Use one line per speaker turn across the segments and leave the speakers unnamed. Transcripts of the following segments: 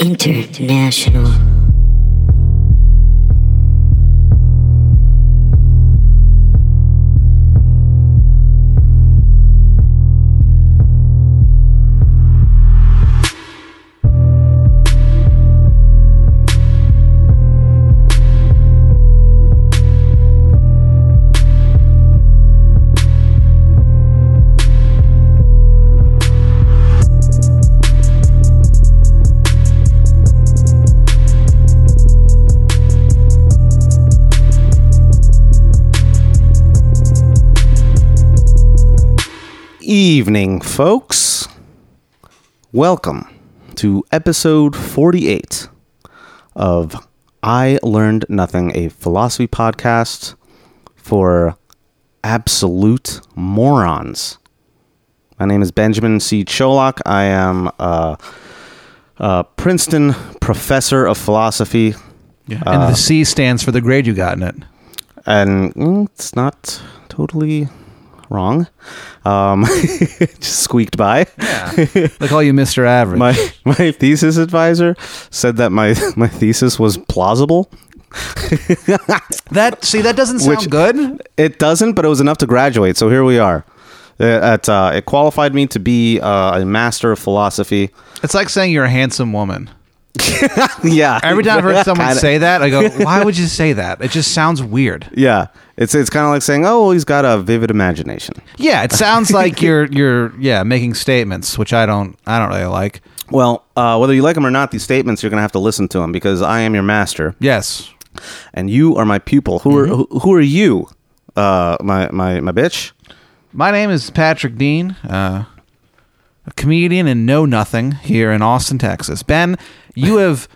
International.
evening, folks. Welcome to episode 48 of I Learned Nothing, a philosophy podcast for absolute morons. My name is Benjamin C. Cholak. I am a, a Princeton professor of philosophy,
Yeah. And
Uh,
the C stands for the grade you got in it.
and mm, it's not totally wrong. Um, just squeaked by.
They call you Mr. Average.
my my thesis advisor said that my my thesis was plausible.
that see, that doesn't sound
Which-
good.
It doesn't, but it was enough to graduate. So here we are. It, uh, it qualified me to be uh, a master of philosophy.
It's like saying you're a handsome woman.
Yeah.
Every time I've heard someone
Kinda-
say that, I go, "Why would you say that? It just sounds weird."
Yeah, it's it's kind of like saying, "Oh, well, he's got a vivid imagination."
Yeah, it sounds like you're you're yeah making statements, which I don't I don't really like.
Well, uh, whether you like him or not, these statements you're gonna have to listen to him because I am your master.
Yes,
and you are my pupil. Who are who, who are you? Uh, my my my bitch.
my name is Patrick Dean, uh, a comedian and know nothing here in Austin, Texas. Ben, you have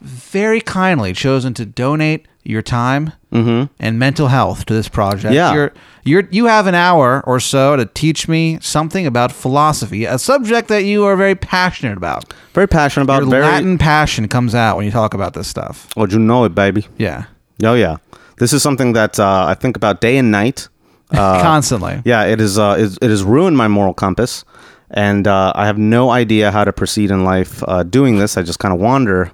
very kindly chosen to donate your time and mental health to this project.
Mm-hmm. Yeah.
You're, you're, you have an hour or so to teach me something about philosophy, a subject that you are very passionate about.
Very passionate about
Your
very.
Latin passion comes out when you talk about this stuff.
Oh, you know it, baby.
Yeah.
Oh yeah, this is something that uh, I think about day and night. Uh,
Constantly.
Yeah, it is. Uh, it, it has ruined my moral compass, and uh, I have no idea how to proceed in life. Uh, doing this, I just kind of wander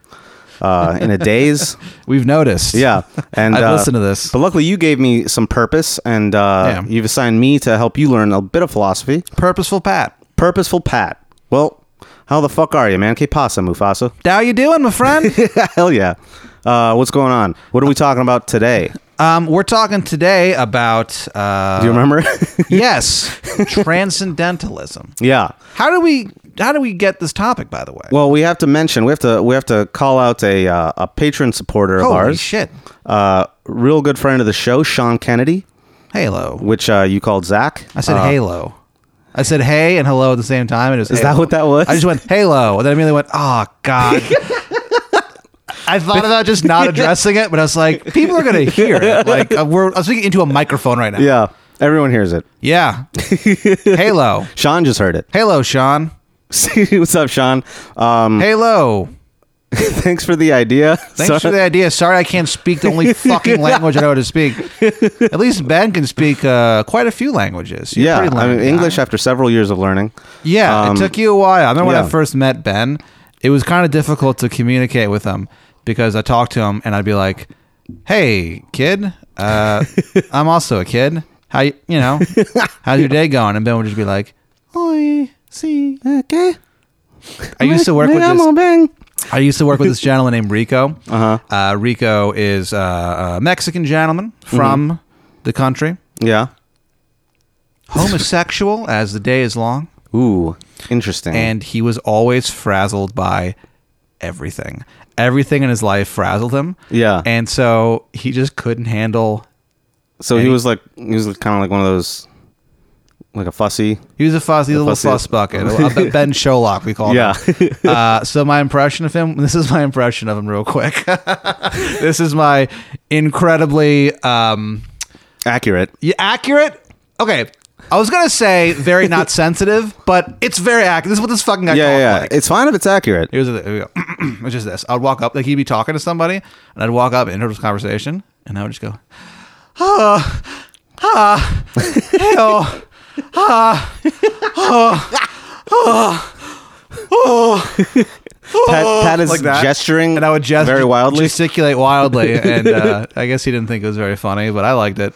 uh, in a daze.
We've noticed.
Yeah, and
I've
uh,
listened to this.
But luckily, you gave me some purpose, and uh,
Yeah.
you've assigned me to help you learn a bit of philosophy.
Purposeful Pat.
Purposeful Pat. Well, how the fuck are you, man? Que pasa, Mufasa?
How you doing, my friend?
Hell yeah. Uh, what's going on? What are we talking about today?
Um, we're talking today about uh,
Do you remember?
yes, transcendentalism.
yeah.
How do we how do we get this topic? By the way,
Well, we have to mention we have to we have to call out a uh, a patron supporter
holy
of ours,
shit!
uh, real good friend of the show, Sean Kennedy,
Halo.
which uh, you called Zach.
I said
Uh,
Halo. I said hey and hello at the same time. And it was
Is that
Halo.
what that was?
I just went Halo, and then I immediately went, oh god. I thought about just not addressing it, but I was like, people are gonna hear it. Like uh, we're I'm speaking into a microphone right now.
Yeah, everyone hears it.
yeah. Halo,
Sean just heard it.
Halo, Sean.
what's up, Sean? Um,
Halo,
thanks for the idea.
Thanks
So-
for the idea. Sorry, I can't speak the only fucking language I know how to speak. At least Ben can speak uh, quite a few languages. You're
yeah,
pretty
I mean,
learned guy.
English after several years of learning.
Yeah,
Um,
it took you a while. I remember when
yeah.
I first met Ben, it was kind of difficult to communicate with him because I talked to him and I'd be like, "Hey, kid, uh, I'm also a kid. How you, you know? How's your day going?" And Ben would just be like, "Oi, see."
Okay.
I used to work with
Yeah,
this.
I'm a bang.
I used to work with this gentleman named Rico. Uh-huh. Rico is uh, a Mexican gentleman from the country,
Yeah.
homosexual as the day is long,
Ooh, interesting.
and he was always frazzled by everything. Everything in his life frazzled him.
Yeah.
And so he just couldn't handle.
so he was like, he was kind of like one of those, like a fussy.
He was a fussy little
fussy-
fuss bucket. A ben Sholok, we call
Yeah.
him. uh, so my impression of him. This is my impression of him, real quick. this is my incredibly um,
Accurate.
Yeah, accurate. Okay. I was gonna say very not sensitive, but it's very accurate. This is what this fucking guy
Yeah,
talked
yeah.
like.
It's fine if it's accurate.
Here's the, here we go. Which is this: I'd walk up, like he'd be talking to somebody, and I'd walk up and interrupt his conversation, and I would just go, ah, ah, hey, oh, ah, oh, oh,
Pat, Pat is
Like that.
gesturing
and I would gest-
very wildly.
gesticulate wildly, and uh, I guess he didn't think it was very funny, but I liked it.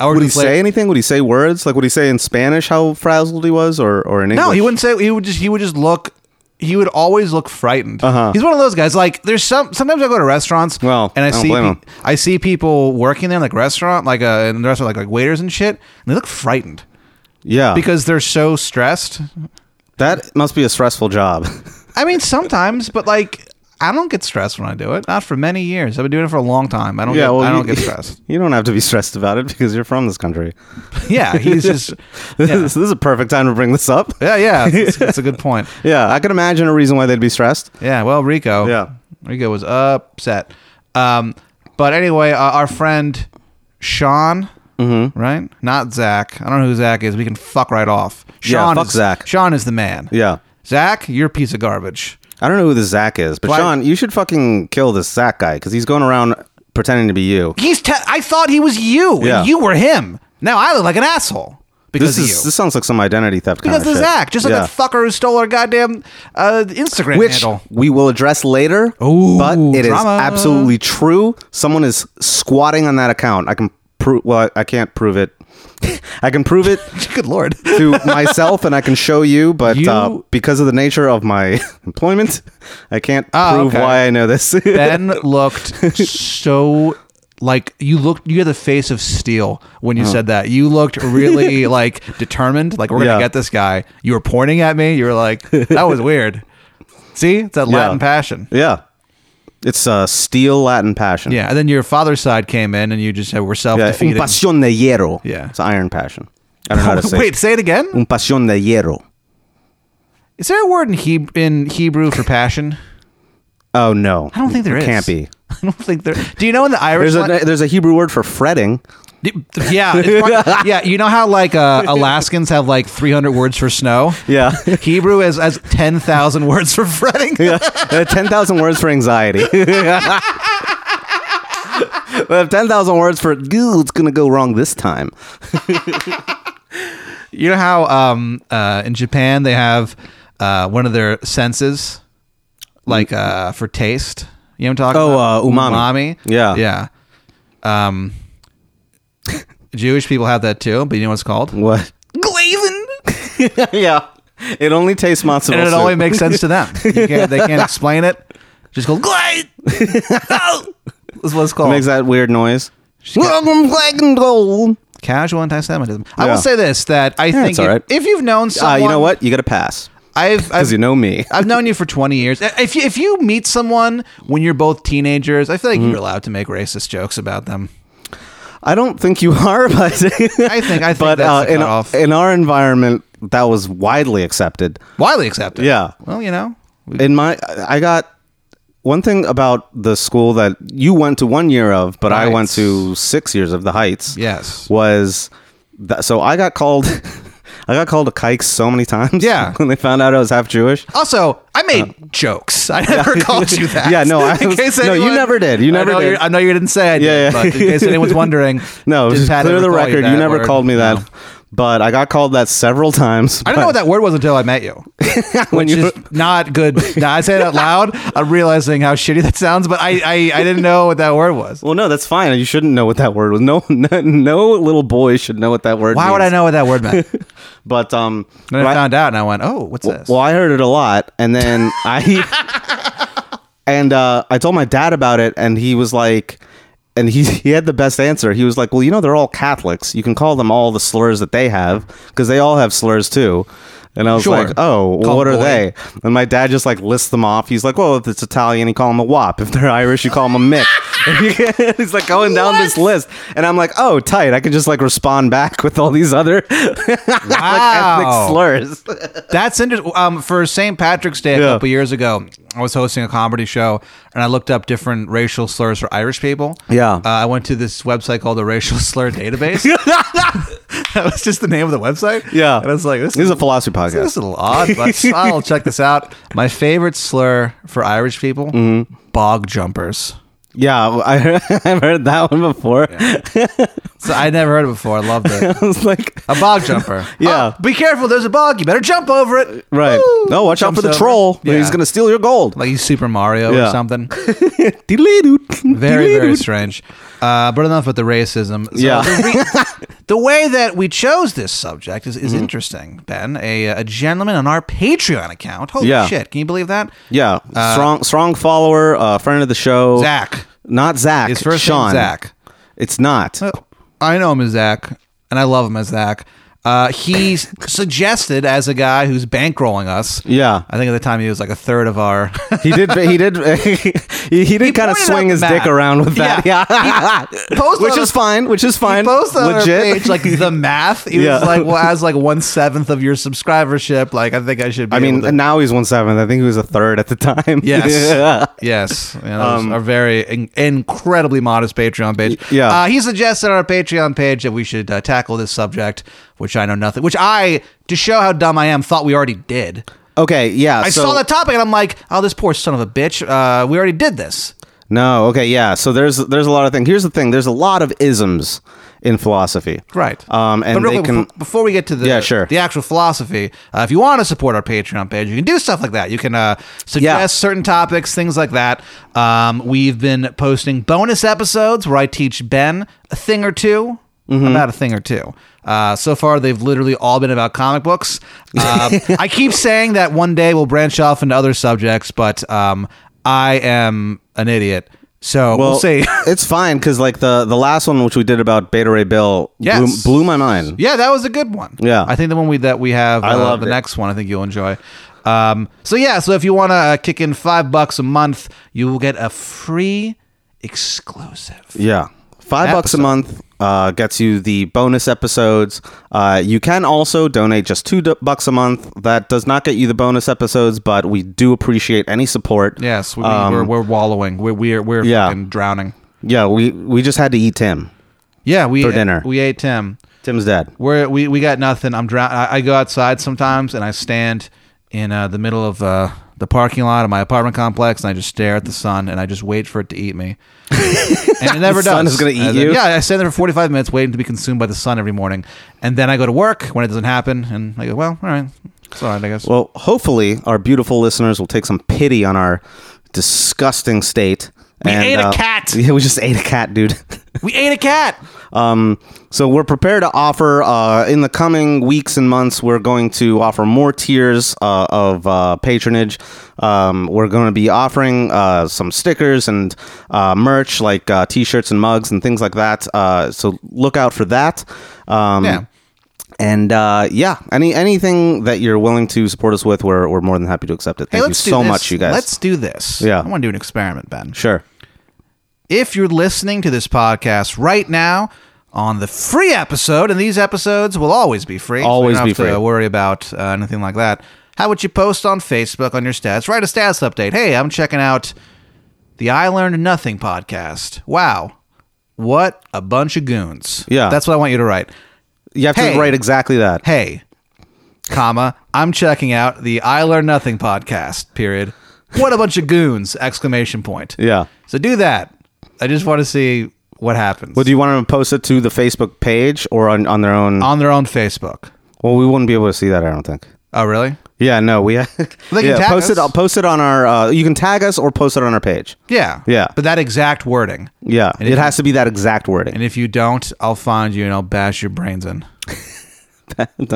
I worked
would he
with la-
say anything? Would he say words? Like would he say in Spanish how frazzled he was, or or in English?
No, he wouldn't say. He would just. He would just look. He would always look frightened.
Uh-huh.
He's one of those guys. Like there's some. Sometimes I go to restaurants.
Well,
and I,
I don't
see.
blame
pe-
him.
I see people working there, like restaurant, like uh, in the restaurant, like like waiters and shit, and they look frightened
Yeah,
because they're so stressed.
that must be a stressful job.
I mean, sometimes, but like. I don't get stressed when I do it. Not for many years. I've been doing it for a long time. I don't.
yeah,
get,
well,
I don't
you,
get stressed.
You don't have to be stressed about it because you're from this country.
Yeah, he's just.
This,
Yeah.
is, this is a perfect time to bring this up.
Yeah, yeah, that's, that's a good point.
Yeah, I can imagine a reason why they'd be stressed.
Yeah, well, Rico.
Yeah.
Rico was upset. Um, but anyway, uh, our friend Sean, right? Not Zach. I don't know who Zach is. We can fuck right off.
Yeah,
Sean
fuck
is,
Zach.
Sean is the man.
Yeah.
Zach, you're a piece of garbage.
I don't know who this Zach is, but
Why-
Sean, you should fucking kill this Zach guy because he's going around pretending to be you.
He's. Te- I thought he was you.
Yeah.
And you were him. Now I look like an asshole because
This
of
is
you.
this sounds like some identity theft.
because
kind
of
of
Zach, just like that fucker who stole our goddamn uh, Instagram
which
handle.
we will address later.
Ooh,
but it is
drama.
absolutely true. Someone is squatting on that account. I can prove. Well, I can't prove it. I can prove it
Good lord.
to myself, and I can show you. But uh,
You-
because of the nature of my employment, I can't
Ah,
prove
okay.
why I know this.
Ben looked so like you looked you had the face of steel when
Uh-huh.
you said that. You looked really like determined, like we're
Yeah.
gonna get this guy. You were pointing at me, you were like, that was weird. See? It's that
Yeah.
Latin passion.
yeah, it's uh, steel Latin passion.
Yeah. And then your father's side came in and you just said we're self
yeah. Un
defeated.
pasión de hierro.
Yeah.
it's iron passion. I don't know how to say.
Wait,
it.
say it again?
un pasión de hierro.
Is there a word in Hebrew in Hebrew for passion?
Oh no,
I don't think there
it
is.
Can't be.
I don't think there do you know in the Irish
There's a
la-
there's a Hebrew word for fretting.
Yeah, it's part- yeah. You know how like uh, Alaskans have like 300 words for snow.
Yeah.
Hebrew has has 10,000 words for fretting.
Uh, 10,000 words for anxiety. we have 10,000 words for, "Goo, it's going to go wrong this time.
You know how um, uh, in Japan they have uh, one of their senses, like uh, for taste. You know what I'm talking
Oh, uh,
about?
umami.
Umami.
Yeah.
yeah. Um, Jewish people have that too, but you know what it's called?
What?
Glaven.
yeah. It only tastes matzo
and it
soup.
only makes sense to them. You can't, they can't explain it. Just go glade. oh, that's what it's
It
called.
makes that weird noise.
got-
Welcome, black and gold.
Casual anti-Semitism. I
Yeah.
will say this: that I think
it's all
if-
right.
if you've known
Ah,
someone,
you know what? You got to pass
I've I've,
because you know me.
I've known you for twenty years. If you, if you meet someone when you're both teenagers, I feel like
Mm-hmm.
you're allowed to make racist jokes about them.
I don't think you are, but
I think I think
but
that's
uh,
the
in,
cutoff.
in our environment, that was widely accepted.
widely accepted.
Yeah.
Well, you know, we-
in my i got one thing about the school that you went to one year of but i went
Heights.
to six years of the heights
Yes.
was that so i got called i got called a kike so many times
Yeah.
when they found out i was half jewish
Also, I made jokes. I never called you that.
Uh, Yeah, no, I
In
was-
case
no, you never did. You
I
never
know
did.
you're- I know you didn't say I did,
Yeah, yeah.
but in case anyone's wondering,
no
did
just
Pat
clear
ever
the
call
record you,
that
never
word?
called me that
No.
but i got called that several times
I didn't know what that word was until I met you, which
you-
is not good. Now I say it out loud. I'm realizing how shitty that sounds, but I, I, I didn't know what that word was.
well no that's fine you shouldn't know what that word was no no, no little boy should know what that word
Why would I know what that word meant?
but um
Then
but
I
I-
found out, and I went, "Oh, what's this?"
Well, I heard it a lot, and then I and uh, I told my dad about it, and he was like, and he he had the best answer. He was like, "Well, you know, they're all Catholics. You can call them all the slurs that they have because they all have slurs too." And I was
Sure.
like, "Oh, well,
Call
what
them
are
boy."
they?" And my dad just like lists them off. He's like, "Well, if it's Italian, you call them a wop. If they're Irish, you call them a mick." He's like going down this list, and I'm like, "Oh, tight! I can just like respond back with all these other
Wow.
like ethnic slurs."
That's interesting. Um, for St. Patrick's Day a
Yeah.
couple years ago, I was hosting a comedy show, and I looked up different racial slurs for Irish people.
Yeah.
uh, I went to this website called the Racial Slur Database. that was just the name of the website.
Yeah.
and I was like, "This
This is a philosophy podcast.
This is a little odd, but I'll check this out. My favorite slur for Irish people:
Mm-hmm.
bog jumpers.
yeah, I, I've heard that one before.
So I never heard it before. I loved it.
I was like,
A bog jumper.
Yeah.
Oh, be careful. There's a bog. You better jump over it.
right?
Woo!
No, watch out
Jumps
for the
over.
troll.
Yeah.
He's gonna steal your gold.
like he's Super Mario
Yeah.
or something. Very,
Very,
very strange. Uh, but enough with the racism. So
Yeah.
The, re- the way that we chose this subject is,
Mm-hmm.
is interesting, Ben. A, a gentleman on our Patreon account. Holy
Yeah.
shit. Can you believe that?
Yeah, strong, strong follower, uh, friend of the show.
Uh, Zach.
not Zach.
His first
Sean.
name's Zach. Oh, Uh,
It's not.
I know him as Zach, and I love him as Zach. Uh, he's suggested as a guy who's bankrolling us.
Yeah.
I think at the time he was like a third of our.
He did. He did. he, he did kind of
pointed
swing
out
his
the
dick
map.
around with that.
Yeah.
Yeah,
He posted
which
on
is
a-
fine. Which is fine.
Both on our
Legit.
page, like the math. He
Yeah.
was like, well, as like one seventh of your subscribership, like I think I should. Be
I mean,
able to-
and now he's one seventh. I think he was a third at the time.
Yes.
yeah.
Yes. You know, those are very in- incredibly modest Patreon page.
Um, yeah.
Uh, he suggested on our Patreon page that we should uh, tackle this subject, which I know nothing, which I, to show how dumb I am, thought we already did.
Okay. Yeah.
I
so,
saw the topic and I'm like, oh, this poor son of a bitch. Uh, we already did this.
No. Okay. Yeah. So there's there's a lot of things. Here's the thing. There's a lot of isms in philosophy.
Right.
Um. And
but real
they
quick,
can.
befo- before we get to the
Yeah, sure.
the actual philosophy, uh, if you want to support our Patreon page, you can do stuff like that. You can uh, suggest
Yeah.
certain topics, things like that. Um, we've been posting bonus episodes where I teach Ben a thing or 2
Mm-hmm.
about a thing or two. Uh, so far, they've literally all been about comic books. Uh, I keep saying that one day we'll branch off into other subjects, but um, I am an idiot. So we'll,
Well,
see.
it's fine because like the the last one which we did about Beta Ray Bill
Yes.
blew, blew my mind.
Yeah, that was a good one.
Yeah.
I think the one we that we have. I
loved
the
it.
next one. I think you'll enjoy. Um, so yeah, so if you want to uh, kick in five bucks a month, you will get a free exclusive.
Yeah. Five bucks a
Episode.
month uh, gets you the bonus episodes. Uh, you can also donate just two d- bucks a month. That does not get you the bonus episodes, but we do appreciate any support.
Yes, we,
Um,
we're we're wallowing. We're we're we're
Yeah.
fucking drowning.
yeah. We we just had to eat Tim.
Yeah, we
For dinner.
we ate Tim.
Tim's dead.
We're, we we got nothing. I'm drown. I, I go outside sometimes and I stand in uh, the middle of uh, the parking lot of my apartment complex and I just stare at the sun and I just wait for it to eat me. and it never
The sun
does.
is gonna eat
And
you?
Yeah, I stand there for 45 minutes waiting to be consumed by the sun every morning, and then I go to work when it doesn't happen, and I go, well, all right, it's all right, I guess.
Well, hopefully our beautiful listeners will take some pity on our disgusting state. We
ate a cat!
Yeah, we just ate a cat, dude.
we ate a cat.
Um, so we're prepared to offer uh, in the coming weeks and months. We're going to offer more tiers uh, of uh, patronage. Um, we're going to be offering uh, some stickers and uh, merch, like uh, t-shirts and mugs and things like that. Uh, so look out for that. Um,
Yeah.
And uh, yeah, any anything that you're willing to support us with, we're, we're more than happy to accept it.
Hey,
Thank you
let's do
so
this.
much, you guys.
Let's do this.
Yeah.
I want to do an experiment, Ben.
sure.
if you're listening to this podcast right now on the free episode, and these episodes will always be free. so
Always
you don't
be
have
free.
To worry about uh, anything like that. How would you post on Facebook on your stats? Write a stats update. Hey, I'm checking out the I Learned Nothing podcast. Wow, what a bunch of goons.
Yeah.
that's what I want you to write.
You have
Hey.
to write exactly that.
Hey, comma, I'm checking out the I Learned Nothing podcast. Period. What a bunch of goons! Exclamation point.
Yeah.
So do that. I just want to see what happens
Well, do you want them to post it to the Facebook page or on, on their own?
on their own Facebook.
Well, we wouldn't be able to see that, I don't think.
Oh, really?
Yeah, no, we.
can
yeah,
tag
post
us.
it. I'll post it on our. Uh, you can tag us or post it on our page.
Yeah.
Yeah.
But that exact wording.
Yeah,
And
it
if-
has to be that exact wording.
And if you don't, I'll find you and I'll bash your brains in.
don't,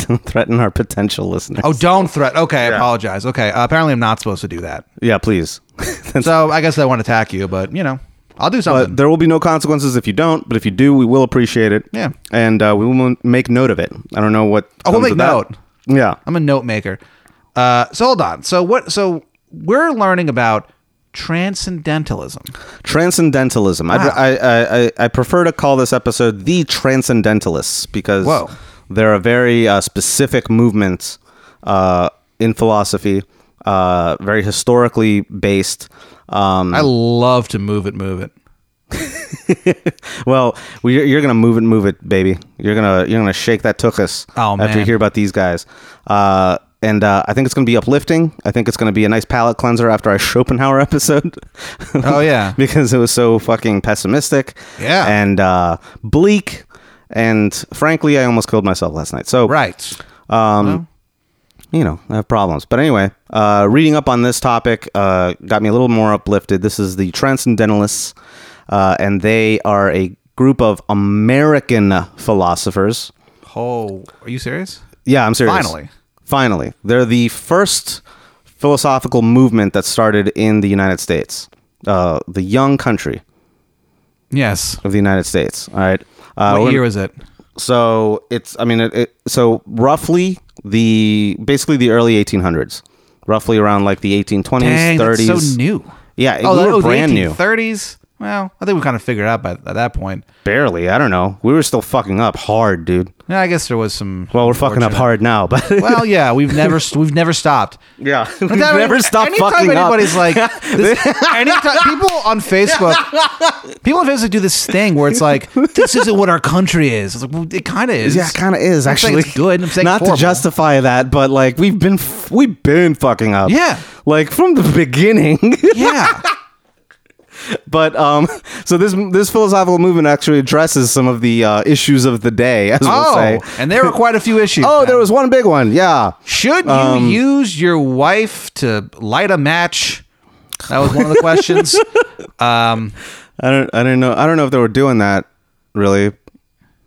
don't threaten our potential listeners.
Oh, don't threat. Okay, I apologize. Okay, uh, apparently I'm not supposed to do that.
yeah, please.
So I guess I want to attack you, but you know, I'll do something.
But Uh, there will be no consequences if you don't. But if you do, we will appreciate it.
Yeah.
and uh, we will make note of it. I don't know what.
Oh, we'll
comes
make
of that.
note.
Yeah,
I'm a note maker. Uh, so hold on. So what? So we're learning about transcendentalism.
transcendentalism. I,
Wow.
I, I, I I prefer to call this episode the transcendentalists because
Whoa.
they're a very uh, specific movement uh, in philosophy, uh, very historically based. Um,
I love to move it, move it.
well, we, you're gonna move it, move it, baby. You're gonna you're gonna shake that tuchus
Oh,
after you
man.
hear about these guys. Uh, And uh, I think it's going to be uplifting. I think it's going to be a nice palate cleanser after our Schopenhauer episode.
Oh, yeah.
because it was so fucking pessimistic.
Yeah.
and uh, bleak. And frankly, I almost killed myself last night. So
Right.
Um, you know, I have problems. But anyway, uh, reading up on this topic uh, got me a little more uplifted. This is the Transcendentalists, uh, and they are a group of American philosophers.
Oh, are you serious?
Yeah, I'm serious.
Finally.
Finally. They're the first philosophical movement that started in the United States, uh, the young country
Yes.
of the United States. All right. Uh,
What
we're-
year was it?
so it's i mean it, it so roughly the basically the early 1800s roughly around like the 1820s
Dang,
30s
that's so new. Oh,
yeah it, we
that
were
was
brand new
30s. Well, I think we kind of figured it out by at that point.
barely i don't know we were still fucking up hard dude
Yeah, I guess there was some.
well we're fucking up hard now but
Well, yeah, we've never st- we've never stopped.
yeah we
But that-
never stopped
anytime
fucking up
anybody's like, this, anytime people on Facebook, people on Facebook do this thing where it's like, this isn't what our country is. It's like, well, it kind of is.
yeah, it kind of is
I'm saying
actually.
it's good. I'm saying
not
it's horrible.
to justify that, but like we've been f- we've been fucking up.
Yeah.
like from the beginning.
Yeah.
But um, so this this philosophical movement actually addresses some of the uh, issues of the day, as we'll
oh,
say.
and there were quite a few issues.
Oh,
then.
there Um, was one big one. Yeah,
Should you use your wife to light a match? That was one of the questions. um,
I don't I don't know I don't know if they were doing that really.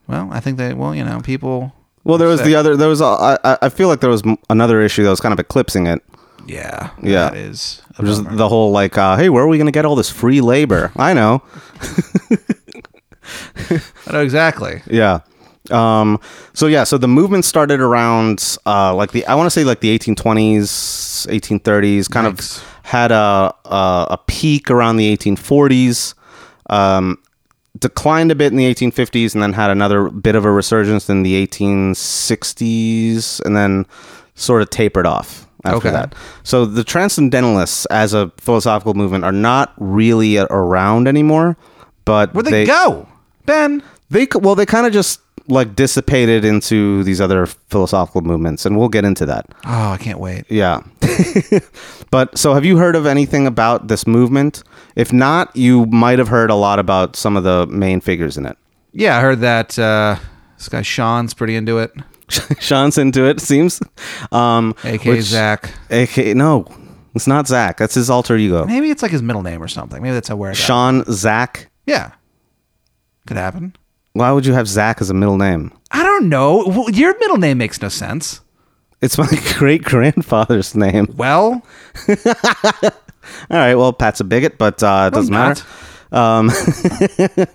well, I think that well, you know, people.
Well, there was the other. There was a, I, I- I feel like there was m- another issue that was kind of eclipsing it.
Yeah,
Yeah.
that is a
Just
bummer.
the whole like, uh, hey, where are we going to get all this free labor? I know.
I know exactly.
Yeah. Um, so yeah, so the movement started around uh, like the I want to say like the 1820s, 1830s, kind
Yikes.
of had a, a a peak around the 1840s, um, declined a bit in the 1850s, and then had another bit of a resurgence in the 1860s, and then sort of tapered off after
Okay.
that. So the transcendentalists as a philosophical movement are not really around anymore, but
Where'd they, go, Ben?
they c- well they kind of just like dissipated into these other philosophical movements and we'll get into that
Oh, I can't wait.
yeah but so have you heard of anything about this movement if not you might have heard a lot about some of the main figures in it
Yeah, I heard that uh, this guy Sean's pretty into it,
sean's into it seems um
aka Zach.
aka no it's not zach that's his alter ego
Maybe it's like his middle name or something. Maybe that's how where it got.
sean zach
Yeah, could happen.
why would you have zach as a middle name
I don't know. Well, your middle name makes no sense.
it's my great grandfather's name
Well,
All right. Well, Pat's a bigot, but uh, it doesn't
I'm
matter. Um,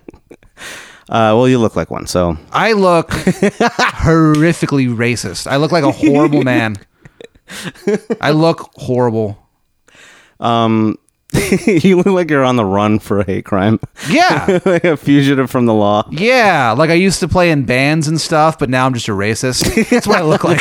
uh, well, you look like one, so
I look horrifically racist. I look like a horrible man. I look horrible.
you look like you're on the run for a hate crime,
Yeah.
like a fugitive from the law.
Yeah. Like I used to play in bands and stuff, but now I'm just a racist. That's what I look like.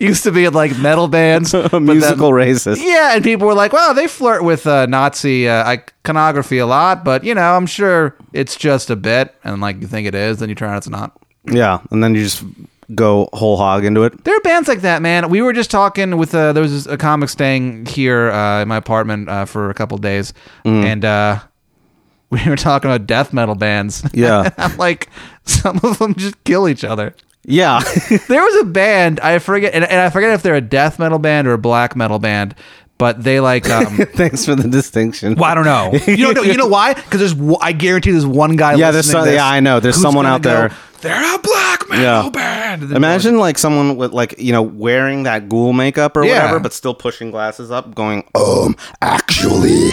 used to be in like metal bands.
A musical racist.
Yeah. And people were like, well, they flirt with uh, Nazi uh, iconography a lot, but you know, I'm sure it's just a bit. And like you think it is, then you turn out it's not.
Yeah, and then you just go whole hog into it.
There are bands like that, man. We were just talking with uh, there was a comic staying here uh, in my apartment uh, for a couple days,
Mm.
and uh, we were talking about death metal bands.
Yeah.
I'm like, some of them just kill each other.
Yeah,
There was a band I forget, and, and I forget if they're a death metal band or a black metal band, but they like. Um,
thanks for the distinction.
Well, I don't know. You don't know. You know why? Because there's. w- I guarantee there's one guy.
Yeah, there's
listening
some-
to this
yeah, I know. There's
who's
someone
gonna
out there.
They're a black metal band. And then
Imagine like someone with like you know wearing that ghoul makeup or
Yeah.
whatever, but still pushing glasses up, going, um, actually,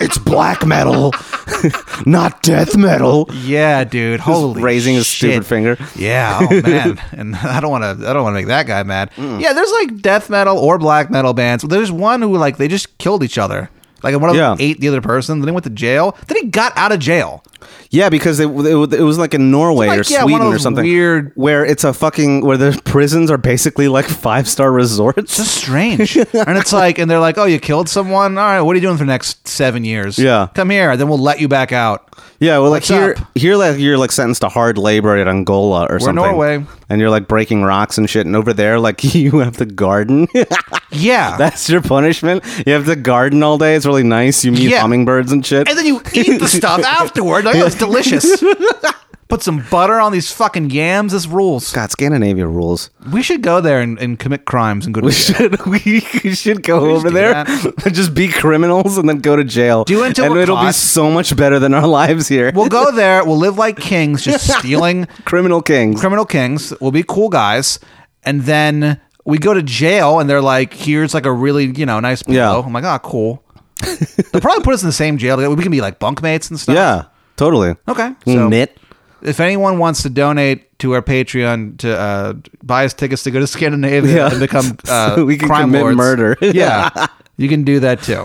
it's black metal, not death metal.
Yeah, dude. Holy
raising his
shit.
stupid finger.
Yeah, oh man. and I don't want to I don't want to make that guy mad.
Mm.
Yeah, there's like death metal or black metal bands. There's one who like they just killed each other. Like one of them
Yeah.
ate the other person, then he went to jail. Then he got out of jail.
Yeah, because it, it, was- it was like in Norway
Like,
or
yeah, one
Sweden
of
or
those
something.
weird-
Where it's a fucking where the prisons are basically like five star resorts.
Just strange. and it's like, and they're like, oh, you killed someone? All right, what are you doing for the next seven years?
Yeah.
Come here, then we'll let you back out.
yeah, well, like
What's
here,
up?
here, like you're like sentenced to hard labor at Angola or something.
Norway.
and you're like breaking rocks and shit. And over there, like you have to garden.
Yeah.
That's your punishment. You have to garden all day. It's really nice. You meet
Yeah.
hummingbirds and shit.
and then you eat the stuff afterward. Like, oh, it's delicious. Put some butter on these fucking yams. This rules.
God, Scandinavia rules.
We should go there and, and commit crimes and go to
We
jail.
should we should go
should
over
do
there
that.
and just be criminals and then go to jail.
Do it until
and
we're
it'll be
caught.
so much better than our lives here.
We'll go there. We'll live like kings, just stealing
Criminal kings.
criminal kings. We'll be cool guys, and then we go to jail, and they're like, "Here's like a really you know nice pillow."
Yeah.
I'm like, "Ah, cool." They'll probably put us in the same jail. together. We can be like bunkmates and stuff.
yeah, Mm-hmm. totally. Mm.
Okay.
So.
So
Knit.
if anyone wants to donate to our Patreon to uh, buy us tickets to go to Scandinavia
Yeah.
and become uh,
So we can
crime
commit
lords.
murder.
yeah, you can do that too.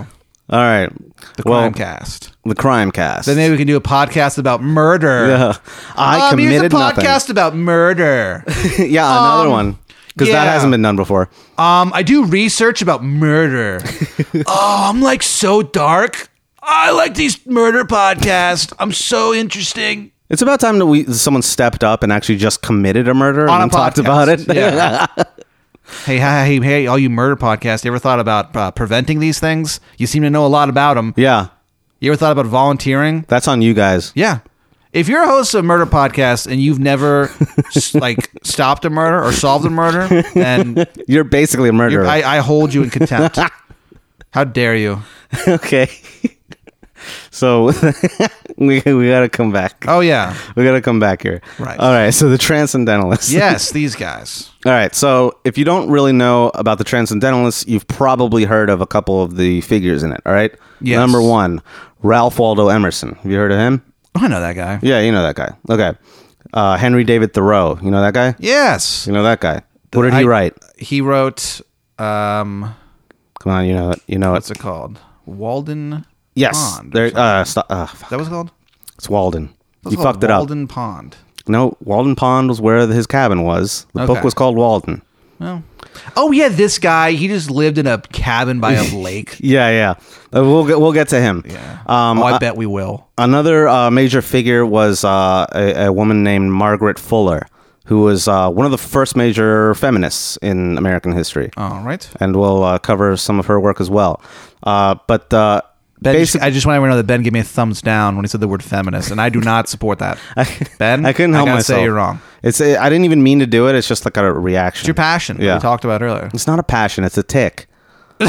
All right.
The
well,
crime cast.
the crime cast.
Then maybe we can do a podcast about murder.
yeah. I
Um, here's a
committed
podcast about murder.
nothing. yeah, another one because that
yeah.
hasn't been done before.
Um, I do research about murder. oh, I'm like so dark. I like these murder podcasts. I'm so interesting.
It's about time that we someone stepped up and actually just committed a murder
On
and
a
talked
podcast.
about it.
Yeah. hey, hi, hey, hey, all you murder podcasts. You ever thought about uh, preventing these things? You seem to know a lot about them.
yeah,
You ever thought about volunteering?
that's on you guys.
Yeah. If you're a host of a murder podcast and you've never s- like stopped a murder or solved a murder, then
You're basically a murderer.
I, I hold you in contempt. How dare you?
okay. so we we gotta come back.
Oh yeah.
We gotta come back here.
Right.
All right. So the transcendentalists.
Yes, these guys.
All right. So if you don't really know about the transcendentalists, you've probably heard of a couple of the figures in it. All right.
Yes.
Number one, Ralph Waldo Emerson. Have you heard of him?
Oh, I know that guy.
Yeah, you know that guy. Okay. Uh, Henry David Thoreau. You know that guy.
Yes.
You know that guy. What did
I-
he write?
He wrote um
Come on, you know it. You know it.
what's it called? Walden
Yes.
Pond.
There. Uh, stop, uh, fuck,
that was called?
it's Walden.
That was
You
called
fucked it up.
Walden Pond.
No, Walden Pond was where his cabin was. The book
Okay.
was called Walden.
No. Oh yeah, this guy, he just lived in a cabin by a lake.
Yeah, yeah. Uh, we'll get, we'll get to him.
Yeah.
Um,
oh, I bet we will.
another uh, major figure was uh, a, a woman named Margaret Fuller, who was uh, one of the first major feminists in American history,
All right.
and we'll uh, cover some of her work as well. Uh, but uh,
Ben,
basically,
I just want everyone to know that Ben gave me a thumbs down when he said the word feminist, and I do not support that. ben,
I couldn't help
gotta
myself.
Say you're wrong.
It's a, I didn't even mean to do it. It's just like a reaction.
It's your passion. Yeah.
Yeah.
we talked about earlier.
It's not a passion. It's a tick.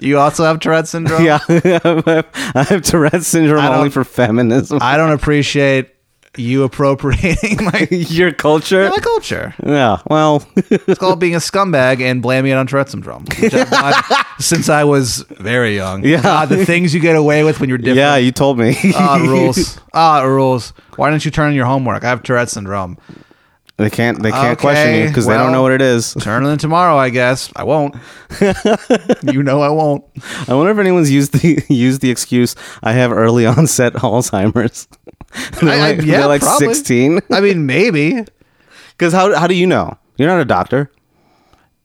You also have Tourette syndrome.
Yeah, I have Tourette's syndrome
don't-
only for feminism.
I don't appreciate you appropriating my,
Your culture.
my culture.
Yeah. Well,
It's called being a scumbag and blaming it on Tourette syndrome. which I've done since I was very young.
Yeah.
God, the things you get away with when you're different.
yeah, you told me.
Ah, it rules. Ah, it rules. Why didn't you turn in your homework? I have Tourette syndrome.
they can't. They can't
Okay,
question you because they don't
well-
know what it is.
Turn it in tomorrow, I guess. I won't. you know I won't.
I wonder if anyone's used the used the excuse I have early onset Alzheimer's. they're
I- I-
like,
yeah,
they're like
probably.
sixteen.
I mean, maybe.
Because how how do you know? You're not a doctor.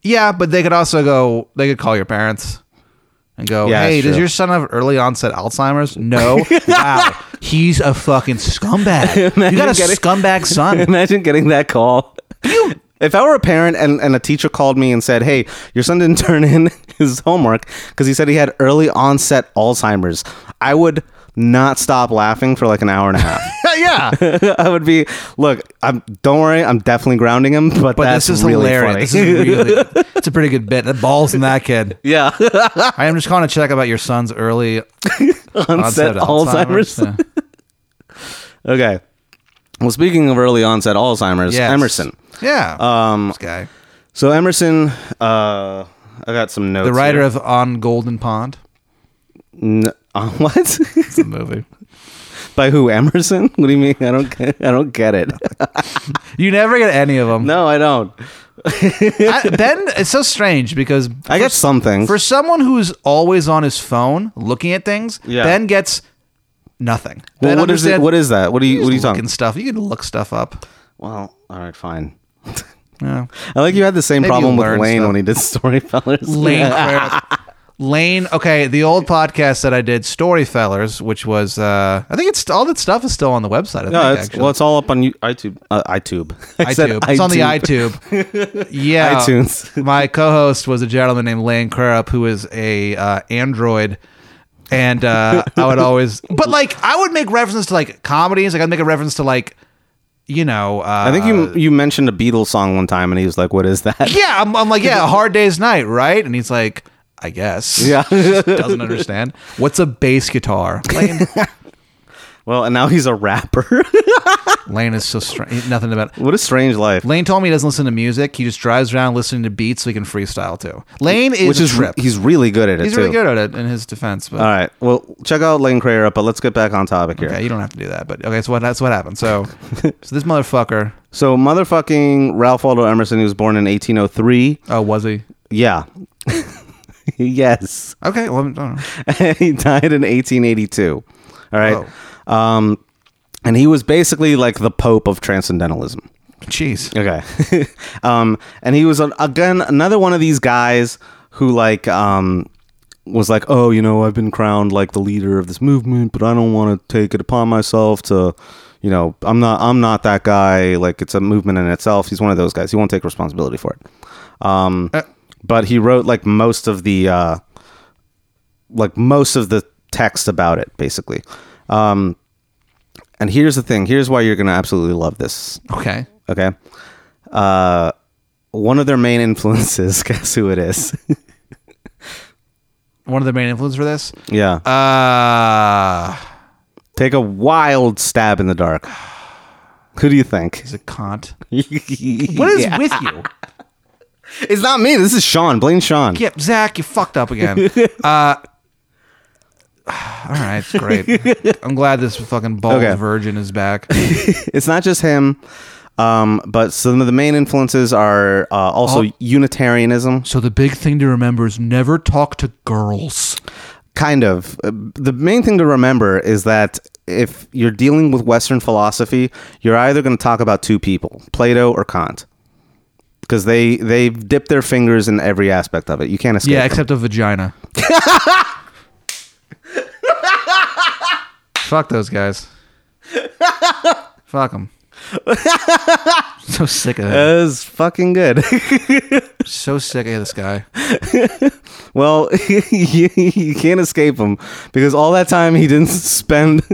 Yeah, but they could also go. They could call your parents and go,
Yeah,
"Hey,
that's
does
true.
your son have early onset Alzheimer's?" No. wow, he's a fucking scumbag. You got a
getting-
scumbag son.
Imagine getting that call. If I were a parent and, and a teacher called me and said, "Hey, your son didn't turn in his homework because he said he had early onset Alzheimer's," I would not stop laughing for like an hour and a half.
yeah,
I would be, look, I'm don't worry, I'm definitely grounding him, but,
but
that's
this is
really
hilarious.
funny.
This is really. It's a pretty good bit. The balls in that kid.
yeah,
I am just calling to check about your son's early
onset
onset
Alzheimer's.
Alzheimer's. Yeah.
Okay. Well, speaking of early onset Alzheimer's,
Yes.
Emerson.
Yeah. Um, this guy,
So Emerson, uh, I got some notes.
the writer
here.
of On Golden Pond,
N- uh, what?
it's a movie.
By who? Emerson? What do you mean? I don't. Get, I don't get it.
You never get any of them.
no, I don't.
I, ben, it's so strange because
I get some things.
For someone who's always on his phone looking at things,
Yeah.
Ben gets nothing.
Well,
They'd
what is it?
understand-
What is that? What are you? What are you
Just
talking?
looking stuff? You can look stuff up.
Well, all right, fine.
Yeah.
I like you had the same
Maybe
problem
you
with
learn
Lane
stuff.
when he did Storyfellers.
Lane Kravitz. Lane. Okay, the old podcast that I did, Storyfellers, which was uh, I think it's all that stuff is still on the website. I think,
No, it's,
actually.
well, it's all up on you- iTube. Uh, iTube. I said
iTube. It's on the iTube. yeah.
iTunes.
My co-host was a gentleman named Lane Kurup, who is a uh, android. And uh, I would always, but like I would make references to like comedies. Like I'd make a reference to like, you know, uh,
I think you you mentioned a Beatles song one time, and he was like, "What is that?"
yeah, I'm, I'm like, yeah, a hard day's night, right? And he's like, I guess.
Yeah.
Just doesn't understand. What's a bass guitar? Lane,
Well, and now he's a rapper.
Lane is so strange. Nothing about
what a strange life.
Lane told me he doesn't listen to music. He just drives around listening to beats so he can freestyle too. Lane is
Which
a
is
trip.
he's really good at it.
He's
too.
really good at it in his defense, but
All right. Well, check out Lane Crayer, but let's get back on topic here.
okay, you don't have to do that. But okay, so what, that's what happened. So, so this motherfucker.
So, motherfucking Ralph Waldo Emerson, he was born in 1803.
Oh, was he?
Yeah. yes.
Okay, well, I don't know.
he died in 1882. All right. Um, and he was basically like the Pope of transcendentalism.
jeez.
Okay. um, and he was an, again another one of these guys who like um was like, oh, you know, I've been crowned like the leader of this movement, but I don't want to take it upon myself to, you know, I'm not I'm not that guy. Like it's a movement in itself. He's one of those guys. He won't take responsibility for it. Um,
Uh.
but he wrote like most of the uh, like most of the text about it, basically. Um, and here's the thing. Here's why you're gonna absolutely love this
Okay,
Okay. Uh, one of their main influences, guess who it is?
one of the main influences for this.
yeah.
Uh
Take a wild stab in the dark. Who do you think?
is it Kant?
what
What is
is
with you?
It's not me. This is Sean. Blaine Sean.
Yep, Zach, you fucked up again. Uh, all right, great. I'm glad this fucking bald
Okay.
virgin is back.
It's not just him. Um, but some of the main influences are uh, also Unitarianism,
So the big thing to remember is never talk to girls.
kind of. Uh, The main thing to remember is that if you're dealing with Western philosophy, you're either going to talk about two people, Plato or Kant, because they they've dipped their fingers in every aspect of it. You can't escape.
Yeah,
them.
except a vagina. Fuck those guys. Fuck them. so sick of him.
That is fucking good.
So sick of this guy.
well, you, you can't escape him because all that time he didn't spend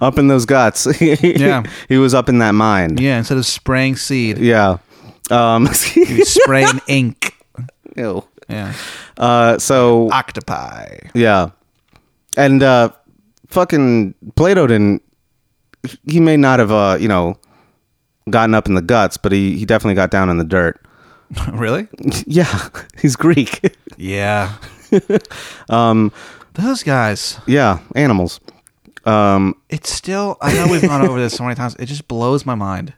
up in those guts. yeah. He was up in that mind.
Yeah, instead of spraying seed,
Yeah. Um,
he's spraying ink.
ew.
Yeah.
Uh, so,
Octopi.
yeah. And uh, fucking Plato didn't, he may not have, uh, you know, gotten up in the guts, but he, he definitely got down in the dirt.
really?
Yeah. He's Greek.
Yeah. um, those guys.
yeah. Animals. Um,
It's still. I know we've gone over this so many times. It just blows my mind.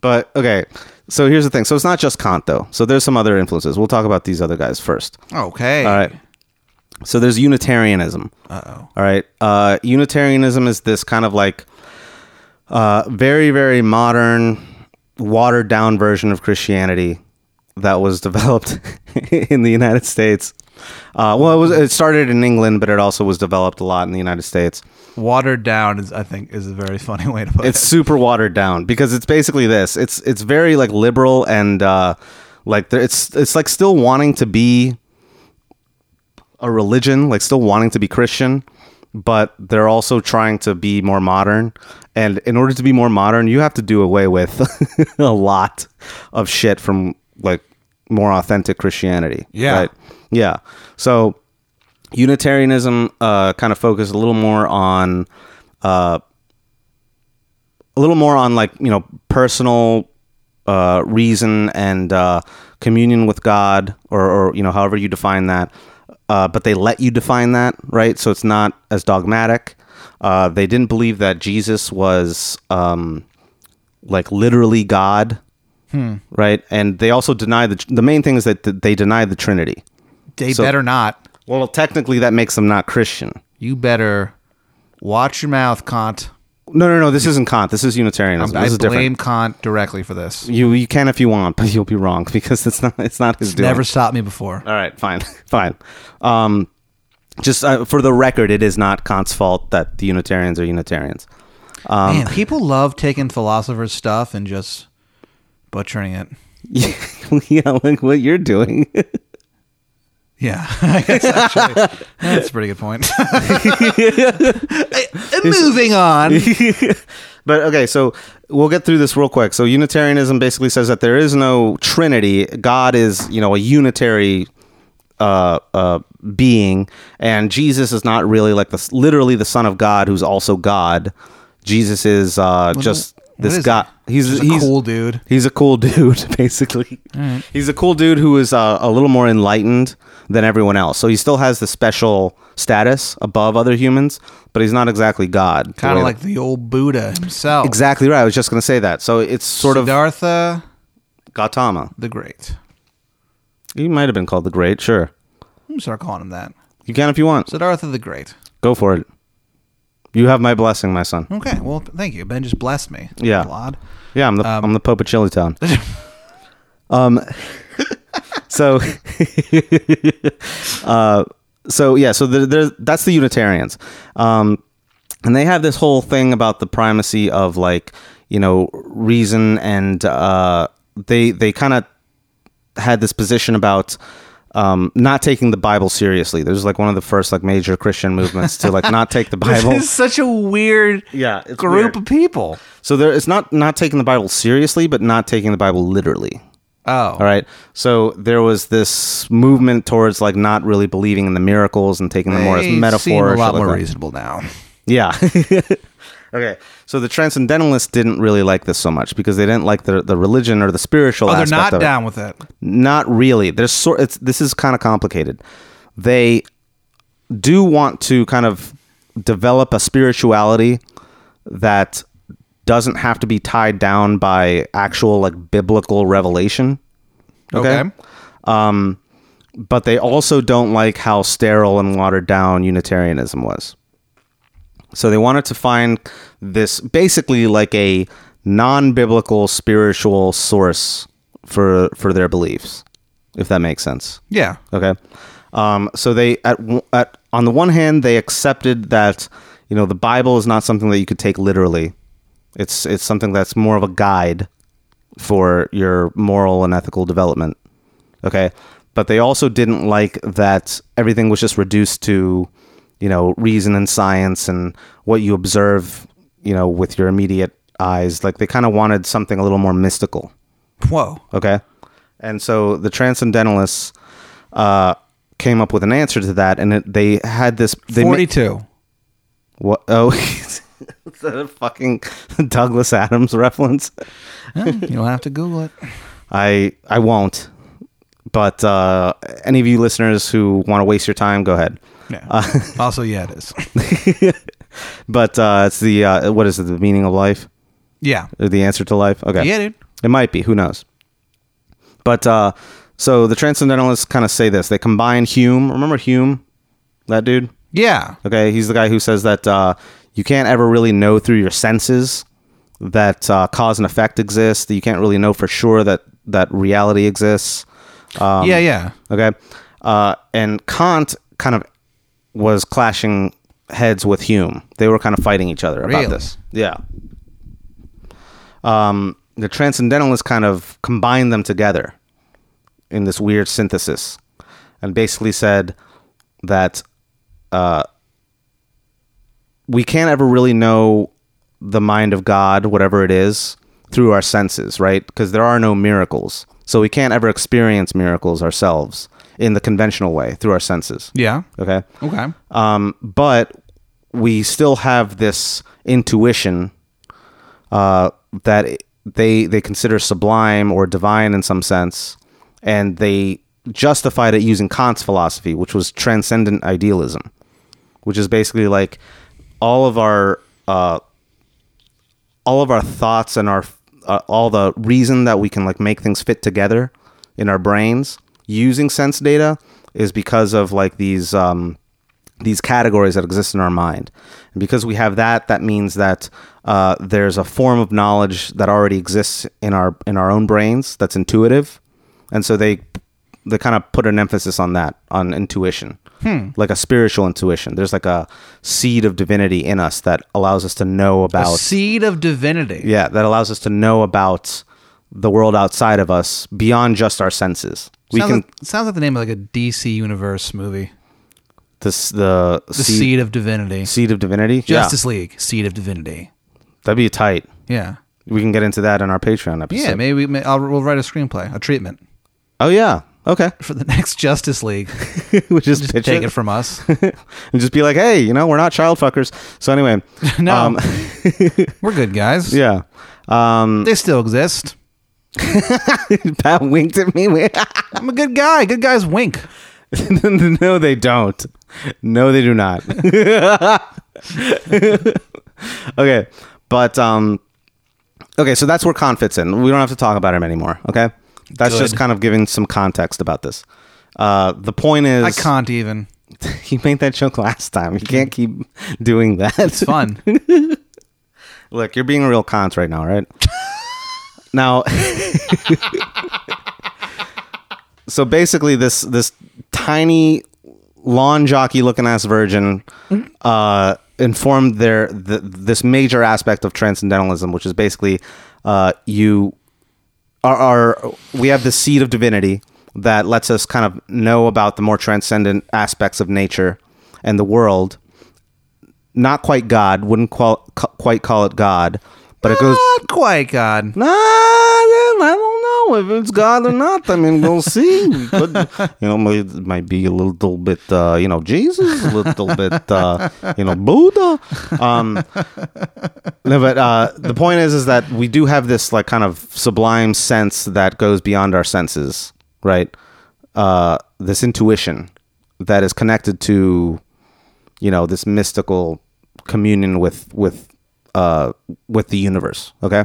But okay, so here's the thing. So it's not just Kant though. So there's some other influences. We'll talk about these other guys first.
Okay.
All right. So there's Unitarianism.
Uh oh.
All right. Uh, Unitarianism is this kind of like uh, very very modern, watered down version of Christianity that was developed in the United States. Uh, well, it was it started in England, but it also was developed a lot in the United States.
Watered down is, I think, is a very funny way to put
it's super watered down because it's basically this it's it's very like liberal and uh like there, it's it's like still wanting to be a religion like still wanting to be christian but they're also trying to be more modern and in order to be more modern you have to do away with a lot of shit from like more authentic christianity
Yeah.
yeah so unitarianism uh kind of focused a little more on uh, a little more on like you know personal uh, reason and uh, communion with God, or, or you know however you define that. Uh, but they let you define that, right? So it's not as dogmatic. Uh, they didn't believe that Jesus was um, like literally God,
Hmm.
right? And they also deny the the main thing is that th- they deny the Trinity.
it. They
so-
better not.
Well, technically, that makes them not Christian.
You better Watch your mouth, Kant.
No, no, no. This isn't Kant. This is Unitarianism.
I
This is
blame
different.
Kant directly for this.
You you can if you want, but you'll be wrong because it's not it's not his doing.
Never stopped me before.
All right, fine, fine. Um, just uh, for the record, it is not Kant's fault that the Unitarians are Unitarians. Um,
Man, people love taking philosophers' stuff and just butchering it.
yeah, like what you're doing.
Yeah, I guess actually, that's a pretty good point. Moving on.
but okay, so we'll get through this real quick. So Unitarianism basically says that there is no Trinity. God is, you know, a unitary uh, uh, being, and Jesus is not really like the literally the Son of God who's also God. Jesus is uh, just this
is
guy. He's
Just a
he's
cool dude.
He's a cool dude, basically. He's a cool dude who is uh, a little more enlightened than everyone else. So he still has the special status above other humans, but he's not exactly God. the
Kind
way
of
that-
like the old Buddha himself.
Exactly right. I was just going to say that. Oh. So it's sort of
Siddhartha
Gautama.
the Great.
He might have been called the Great. Sure,
I'm gonna start calling him that.
you can if you want.
Siddhartha the Great.
Go for it. You have my blessing, my son.
Okay, well, thank you. Ben just blessed me.
Yeah.
Blod.
Yeah, I'm the
Um,
I'm the Pope of Chili Town. um, so, uh, so yeah, so there- there that's the Unitarians, um, and they have this whole thing about the primacy of like you know reason, and uh, they they kind of had this position about um, not taking the Bible seriously. There's like one of the first like major Christian movements to like not take the Bible.
This is such a weird
Yeah, it's
group
weird.
of people.
So there, it's not not taking the Bible seriously, but not taking the Bible literally.
Oh,
All right. So there was this movement towards like not really believing in the miracles and taking them more as
They
metaphors.
seem a
or
lot
like
more
that.
reasonable now.
Yeah. okay. So the transcendentalists didn't really like this so much because they didn't like the the religion or the spiritual
Oh, they're
aspect
not
of it.
down with it.
Not really. There's sort. It's this is kind of complicated. They do want to kind of develop a spirituality that doesn't have to be tied down by actual like biblical revelation.
Okay.
But they also don't like how sterile and watered down Unitarianism was. So they wanted to find this basically like a non-biblical spiritual source for for their beliefs, if that makes sense.
Yeah.
Okay. Um, so they at, w- at on the one hand they accepted that you know the Bible is not something that you could take literally. It's it's something that's more of a guide for your moral and ethical development. Okay. But they also didn't like that everything was just reduced to you know reason and science and what you observe you know with your immediate eyes. Like they kind of wanted something a little more mystical.
Whoa.
Okay. And so the transcendentalists uh, came up with an answer to that, and it, they had this. They ma-
Forty-two.
what? Oh, is that a fucking Douglas Adams reference?
Yeah, you'll have to Google it.
Uh, I I won't. But uh, any of you listeners who want to waste your time, go ahead.
Yeah. also, yeah, it is.
But uh, it's the uh, what is it? The meaning of life,
Yeah.
or the answer to life. Okay.
Yeah, dude.
It might be. Who knows? But uh, so the transcendentalists kind of say this. They combine Hume. Remember Hume, that dude.
Yeah.
Okay, he's the guy who says that uh, you can't ever really know through your senses that uh, cause and effect exists. That you can't really know for sure that that reality exists. Um,
yeah. Yeah.
Okay, uh, and Kant kind of was clashing heads with Hume. They were kind of fighting each other about
Really?
this. Yeah. Um, the transcendentalists kind of combined them together in this weird synthesis, and basically said that we can't ever really know the mind of God, whatever it is, through our senses, right? Because there are no miracles. So we can't ever experience miracles ourselves in the conventional way through our senses.
Yeah.
Okay.
Okay.
Um, but we still have this intuition uh, that it- they they consider sublime or divine in some sense, and they justified it using Kant's philosophy, which was transcendent idealism, which is basically like all of our uh, all of our thoughts and our uh, all the reason that we can like make things fit together in our brains using sense data is because of like these um, these categories that exist in our mind. And because we have that, that means that uh, there's a form of knowledge that already exists in our in our own brains that's intuitive, and so they they kind of put an emphasis on that on intuition, like a spiritual intuition. There's like a seed of divinity in us that allows us to know about
Seed of divinity.
yeah, that allows us to know about the world outside of us beyond just our senses. We
sounds
can
like, sounds like the name of like a DC universe movie.
this the,
The
seed,
Seed of Divinity.
seed of divinity.
Justice League, Seed of Divinity.
Yeah, that'd be tight.
Yeah.
We can get into that in our Patreon episode.
Yeah, maybe we, may, I'll, we'll write a screenplay, a treatment
Oh yeah. Okay.
for the next Justice League.
we just,
Just
pitch
take
it,
it from us.
and just be like, hey, you know, we're not child fuckers. So anyway, um,
No. We're good, guys.
yeah. Um,
They still exist.
Pat winked at me.
I'm a good guy. Good guys wink.
no, they don't. No, they do not. okay, but um, okay, so that's where con fits in. We don't have to talk about him anymore. Okay, that's
Good.
just kind of giving some context about this. Uh, the point
I
is,
can't even.
you made that joke last time. You can't keep doing that.
It's fun.
Look, you're being a real cunt right now, right? now, so basically, this this tiny lawn jockey looking ass virgin uh, informed their th- this major aspect of transcendentalism, which is basically uh, you are, are we have the seed of divinity that lets us kind of know about the more transcendent aspects of nature and the world not quite God. Wouldn't qual- cu- quite call it God, but it goes.
Not quite God.
Nah, I don't know if it's God or not. I mean, we'll see. We could, you know, might, might be a little bit, uh, you know, Jesus, a little bit, uh, you know, Buddha. Um, no, but uh, the point is, is that we do have this like kind of sublime sense that goes beyond our senses, right? Uh, this intuition that is connected to, you know, this mystical communion with with uh, with the universe. Okay,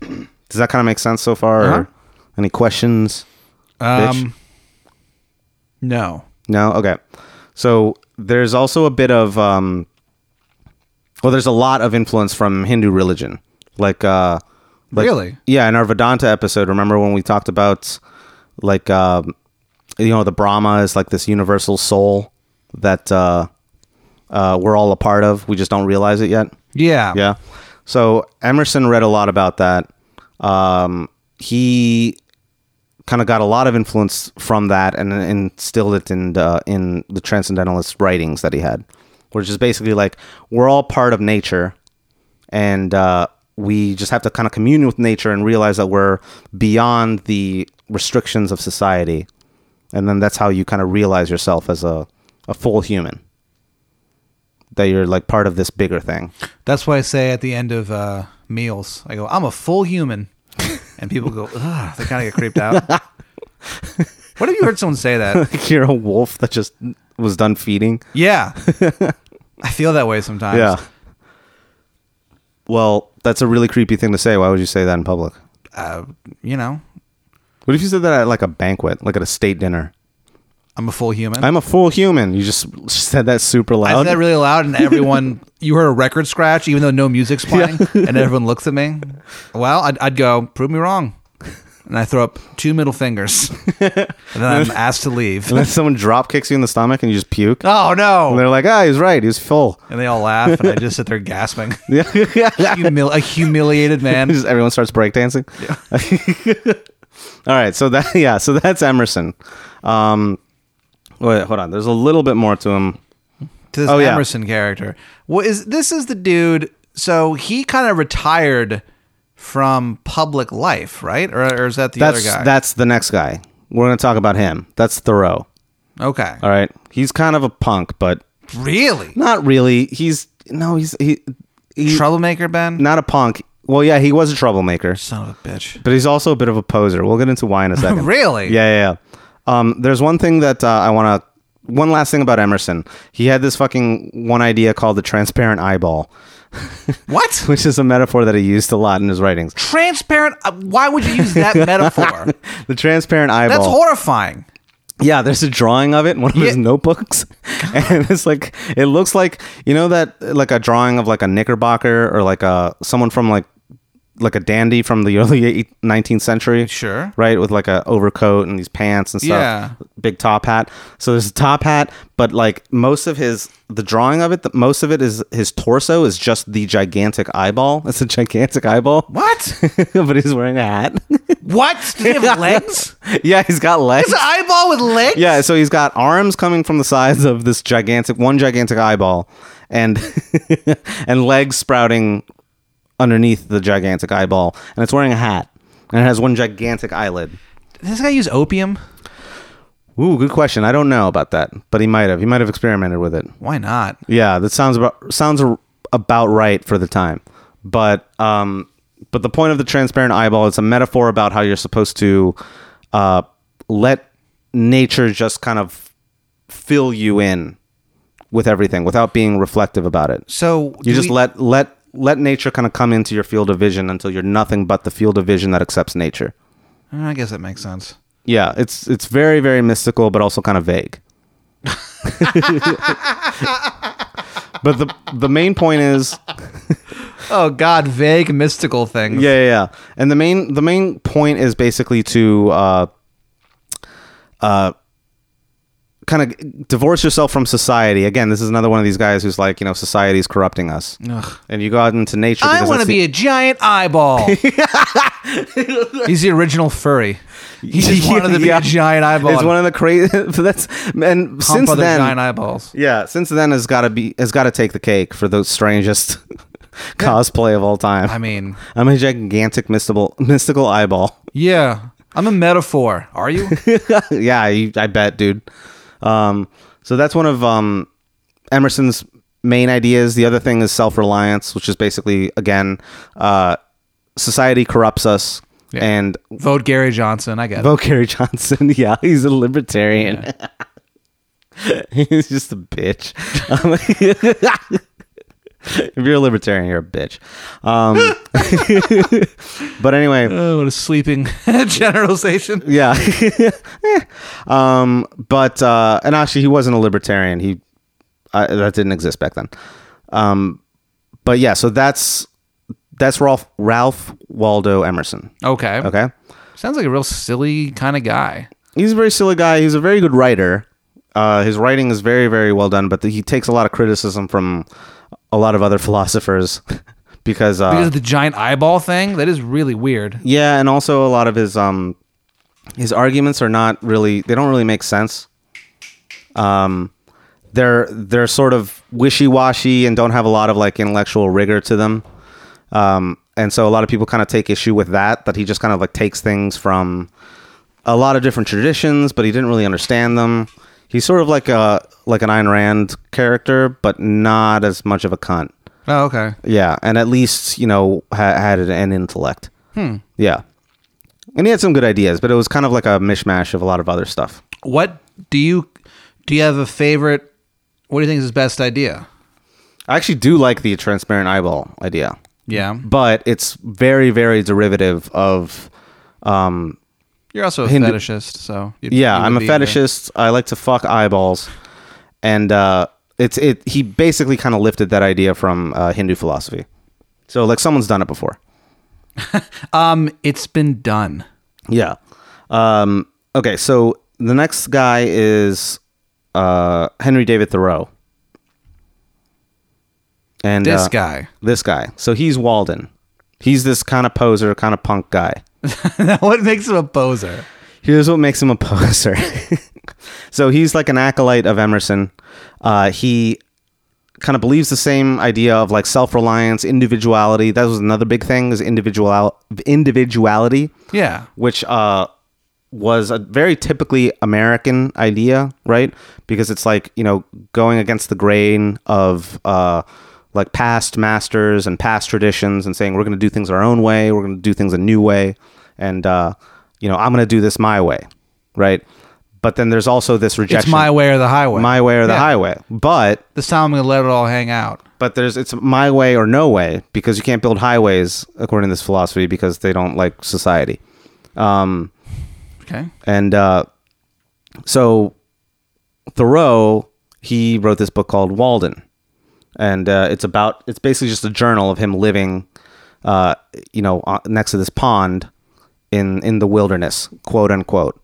does that kind of make sense so far?
Uh-huh.
Or any questions? bitch?
Um, no.
No. Okay. So there's also a bit of um, well, there's a lot of influence from Hindu religion, like uh, like,
Really?
yeah. In our Vedanta episode, remember when we talked about like uh, you know the Brahma is like this universal soul that uh, uh, we're all a part of. We just don't realize it yet.
Yeah.
Yeah. So Emerson read a lot about that. Um, he kind of got a lot of influence from that and and instilled it in the, in the transcendentalist writings that he had, which is basically like we're all part of nature, and uh, we just have to kind of commune with nature and realize that we're beyond the restrictions of society, and then that's how you kind of realize yourself as a a full human. That you're like part of this bigger thing.
That's why I say at the end of uh, meals, I go, I'm a full human. And people go, ugh, they kind of get creeped out. what have you heard someone say that?
Like you're a wolf that just was done feeding.
Yeah. I feel that way sometimes.
Well, that's a really creepy thing to say. Why would you say that in public?
Uh, you know,
What if you said that at like a banquet, like at a state dinner?
I'm a full human.
I'm a full human. You just said that super
I
loud.
said that really loud, and everyone, you heard a record scratch, even though no music's playing, and everyone looks at me. Well, I'd, I'd go, prove me wrong. And I throw up two middle fingers, and then I'm asked to leave.
and then someone drop kicks you in the stomach and you just puke.
Oh,
And
no.
they're like, ah, he's right. He's full.
And they all laugh, and I just sit there gasping.
Yeah.
Humil- a humiliated man.
just everyone starts breakdancing. All right. So that yeah. So that's Emerson. Um, wait, hold on. There's a little bit more to him.
to this
Oh, yeah.
Emerson character. What is this is the dude? So he kind of retired from public life, right? Or, or is that the
That's
other guy?
that's the next guy. We're gonna talk about him. That's Thoreau.
okay,
All right. He's kind of a punk, but
really
not really. He's no, he's he, he
troublemaker, Ben.
not a punk. Well, yeah, he was a troublemaker,
Son of a bitch.
but he's also a bit of a poser. We'll get into why in a second.
Really?
Yeah, yeah, yeah. Um, there's one thing that uh, I want to. One last thing about Emerson. He had this fucking one idea called the transparent eyeball,
What?
which is a metaphor that he used a lot in his writings.
Transparent. uh, Why would you use that metaphor?
The transparent eyeball.
That's horrifying.
Yeah, there's a drawing of it in one of his
Yeah.
notebooks, and it's like it looks like you know that like a drawing of like a Knickerbocker or like a someone from like like a dandy from the early eight- 19th century.
Sure.
right? With like a overcoat and these pants and stuff.
Yeah.
big top hat. So there's a top hat, but like most of his the drawing of it, the, most of it is his torso is just the gigantic eyeball. It's a gigantic eyeball.
What?
but he's wearing a hat.
What? Does he have legs?
yeah, he's got legs.
It's an eyeball with legs?
Yeah, so he's got arms coming from the sides of this gigantic one gigantic eyeball and and legs sprouting underneath the gigantic eyeball and it's wearing a hat and it has one gigantic eyelid.
Does this guy use opium?
Ooh, good question. I don't know about that, but he might have. He might have experimented with it.
Why not?
Yeah, that sounds about sounds ar- about right for the time. But um, but the point of the transparent eyeball is a metaphor about how you're supposed to uh, let nature just kind of fill you in with everything without being reflective about it.
So
you
do
just
we-
let let let nature kind of come into your field of vision until you're nothing but the field of vision that accepts nature.
I guess that makes sense.
Yeah, it's it's very very mystical, but also kind of vague. but the the main point is
Oh God, vague mystical things.
yeah, yeah yeah and the main the main point is basically to uh, uh, kind of divorce yourself from society. Again, this is another one of these guys who's like you know society's corrupting us,
Ugh.
and you go out into nature.
I
because
want to
that's the-
be a giant eyeball. He's the original furry. He just wanted to be
Yeah.
a giant eyeball.
It's one of the crazy. that's and
Pump
since
other
then,
giant eyeballs.
Yeah, since then has got to be has got to take the cake for the strangest cosplay of all time.
I
I'm,
mean,
a gigantic mystical mystical eyeball.
yeah. I'm a metaphor. Are you?
yeah, you, I bet, dude. Um, so that's one of um, Emerson's main ideas. The other thing is self reliance, which is basically again, uh, society corrupts us,
Yeah.
and
Vote Gary Johnson. I get it.
vote Kerry Johnson. yeah, he's a libertarian. he's just a bitch. Um, if you're a libertarian, you're a bitch. Um, but anyway,
Oh, what a sleeping generalization.
yeah. Eh. um, but uh, and actually, he wasn't a libertarian. He uh, that didn't exist back then. Um, but yeah, so that's that's Ralph Ralph Waldo Emerson.
Okay.
Okay,
Sounds like a real silly kind of guy.
he's a very silly guy. He's a very good writer. Uh, his writing is very very well done, but he takes a lot of criticism from a lot of other philosophers because uh,
Because of the giant eyeball thing, that is really weird.
Yeah, and also a lot of his um his arguments are not really they don't really make sense. Um they're they're sort of wishy-washy and don't have a lot of like intellectual rigor to them. Um and so a lot of people kind of take issue with that that he just kind of like takes things from a lot of different traditions, but he didn't really understand them. He's sort of like a like an Ayn Rand character, but not as much of a cunt.
Oh, okay.
Yeah, and at least you know ha- had an intellect. Hmm. Yeah, and he had some good ideas, but it was kind of like a mishmash of a lot of other stuff.
What do you do? You have a favorite? What do you think is his best idea?
I actually do like the transparent eyeball idea,
Yeah,
but it's very, very derivative of. Um,
you're also a
Hindu-
fetishist, so you'd-
yeah,
you would
I'm a
be into-
fetishist. I like to fuck eyeballs, and uh, it's it. He basically kind of lifted that idea from uh, Hindu philosophy, so like someone's done it before.
Um, it's been done.
Yeah. Um, okay, so the next guy is uh, Henry David Thoreau. And
This
uh,
guy.
This guy. So he's Walden. He's this kind of poser, kind of punk guy.
what makes him a poser?
Here's what makes him a poser. so he's like an acolyte of Emerson. Uh, he kind of believes the same idea of like self-reliance, individuality. That was another big thing is individual individuality
Yeah,
which uh, was a very typically American idea, right? Because it's like you know going against the grain of uh, like past masters and past traditions, and saying we're going to do things our own way, we're going to do things a new way, and uh, you know I'm going to do this my way, right? But then there's also this rejection.
it's my way or the highway.
my way or the
Yeah.
highway. But
This time I'm gonna let it all hang out.
but there's it's my way or no way because you can't build highways according to this philosophy because they don't like society.
Okay.
and uh, so Thoreau he wrote this book called Walden, and uh, it's about it's basically just a journal of him living, uh, you know, uh, next to this pond in in the wilderness, quote unquote.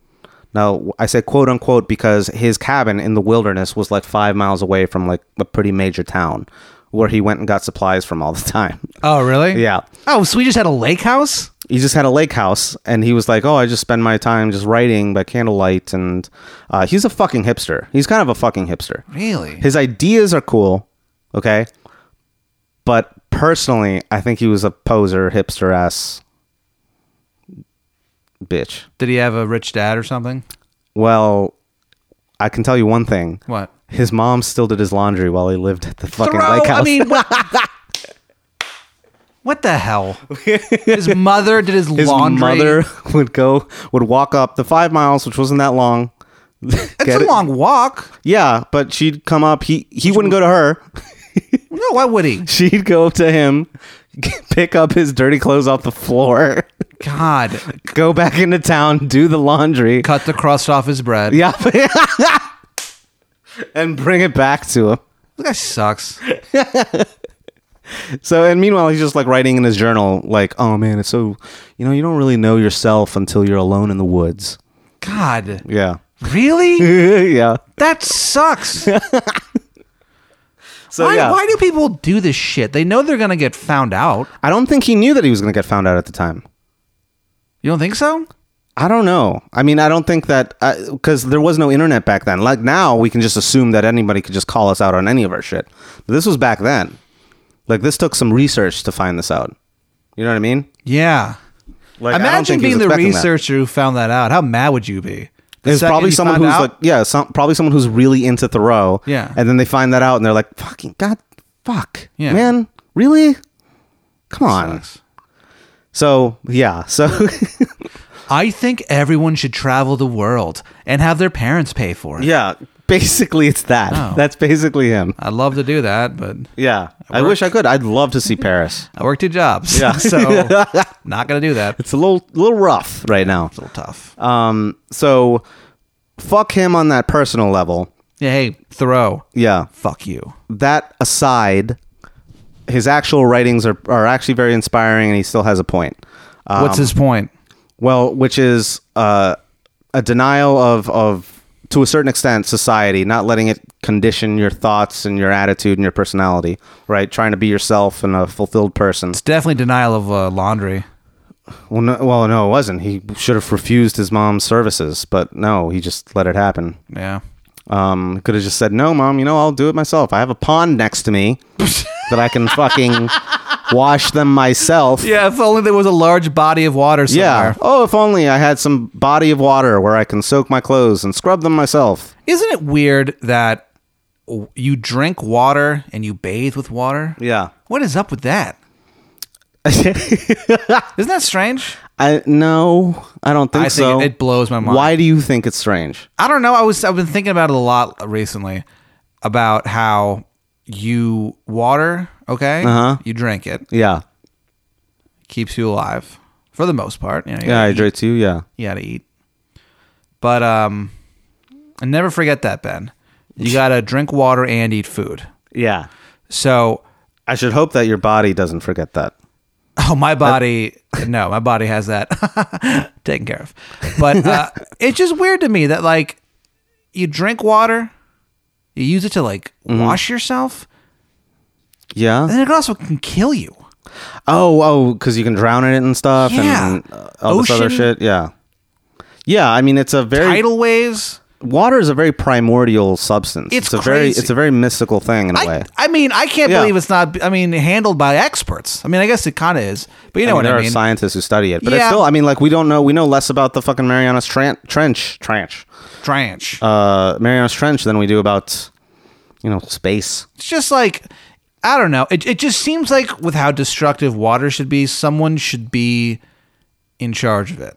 Now I say quote unquote because his cabin in the wilderness was like five miles away from like a pretty major town, where he went and got supplies from all the time.
Oh, really?
yeah,
Oh, so we just had a lake house?
he just had a lake house and he was like oh i just spend my time just writing by candlelight and uh, he's a fucking hipster he's kind of a fucking hipster
Really?
his ideas are cool okay but personally i think he was a poser hipster ass bitch
Did he have a rich dad or something?
well i can tell you one thing
What?
his mom still did his laundry while he lived at the fucking
Thoreau,
lake house
I mean, what, what the hell? His mother did his,
his
laundry.
mother would go would walk up the five miles which wasn't that long
it's a long walk.
Yeah, but she'd come up. He he wouldn't go to her.
No, why would he?
She'd go up to him, pick up his dirty clothes off the floor,
God,
go back into town, do the laundry.
cut the crust off his bread.
Yeah. and bring it back to him.
This guy sucks.
So and meanwhile he's just like writing in his journal like, "Oh man, it's so, you know, you don't really know yourself until you're alone in the woods."
God,
Yeah.
really?
yeah.
That sucks.
So
why,
yeah.
why do people do this shit? They know they're gonna get found out.
I don't think he knew that he was going to get found out at the time.
You don't think so?
I don't know. I mean, I don't think that because there was no internet back then. Like now, we can just assume that anybody could just call us out on any of our shit. But this was back then. Like this took some research to find this out. You know what I mean?
Yeah.
Like I don't
Imagine
think he
being
was
the
expecting that.
researcher who found that out. How mad would you be? The
There's
second
probably
you
someone
found
who's
out?
like, yeah, some, probably someone who's really into Thoreau.
Yeah.
And then they find that out, and they're like, "Fucking god, fuck,
Yeah.
man, really? Come on."
Sucks.
So yeah, so
I think everyone should travel the world and have their parents pay for it.
yeah, basically it's that.
Oh.
That's basically him.
I'd love to do that, but
Yeah, I wish I could. I'd love to see Paris.
I work two jobs.
Yeah.
so not gonna do that. It's Uh,
It's a little little rough right now.
a little tough.
Um, so fuck him on that personal level.
yeah, hey, Thoreau.
Yeah.
Fuck you.
That aside, his actual writings are, are actually very inspiring and he still has a point. Uh,
What's his point?
well, which is uh, a denial of, of, to a certain extent, society, not letting it condition your thoughts and your attitude and your personality, right? Trying to be yourself and a fulfilled person.
It's definitely denial of uh, laundry.
Well, no, well, no, it wasn't. He should have refused his mom's services, but no, he just let it happen.
Yeah.
Um, could have just said, "No, mom. You know, I'll do it myself. I have a pond next to me that I can fucking wash them myself."
Yeah, if only there was a large body of water
Yeah.
somewhere.
Oh, if only I had some body of water where I can soak my clothes and scrub them myself.
Isn't it weird that w- you drink water and you bathe with water?
Yeah.
What is up with that? Isn't that strange?
I no, I don't think
I think
so.
it- it blows my mind.
Why do you think it's strange?
I don't know. I was I've been thinking about it a lot recently about how you water, okay?
Uh-huh.
You drink it.
Yeah.
Keeps you alive for the most part, you know. You
Yeah, I
gotta
hydrate you. Yeah.
you gotta eat. But um, and never forget that, Ben. You gotta drink water and eat food.
Yeah.
So,
I should hope that your body doesn't forget that.
oh, my body, no, my body has that taken care of. But uh, it's just weird to me that like you drink water, you use it to like
Mm-hmm.
wash yourself,
Yeah.
and it also can kill you.
Oh, oh, because you can drown in it and stuff,
Yeah.
and uh, all this other
Ocean-
shit. Yeah, yeah. I mean, it's a very
Tidal waves.
water is a very primordial substance.
It's
a very
crazy.
it's a very mystical thing in a way.
I, I mean, I can't
Yeah.
believe it's not. I mean, handled by experts. I mean, I guess it kind of is, but you know
I mean, there
what I
are
mean.
scientists who study it, but it's
Yeah.
still. I mean, like we don't know. We know less about the fucking Marianas Tran- Trench, trench,
Drench.
uh, Marianas Trench than we do about, you know, space.
it's just like I don't know. It it just seems like with how destructive water should be, someone should be in charge of it.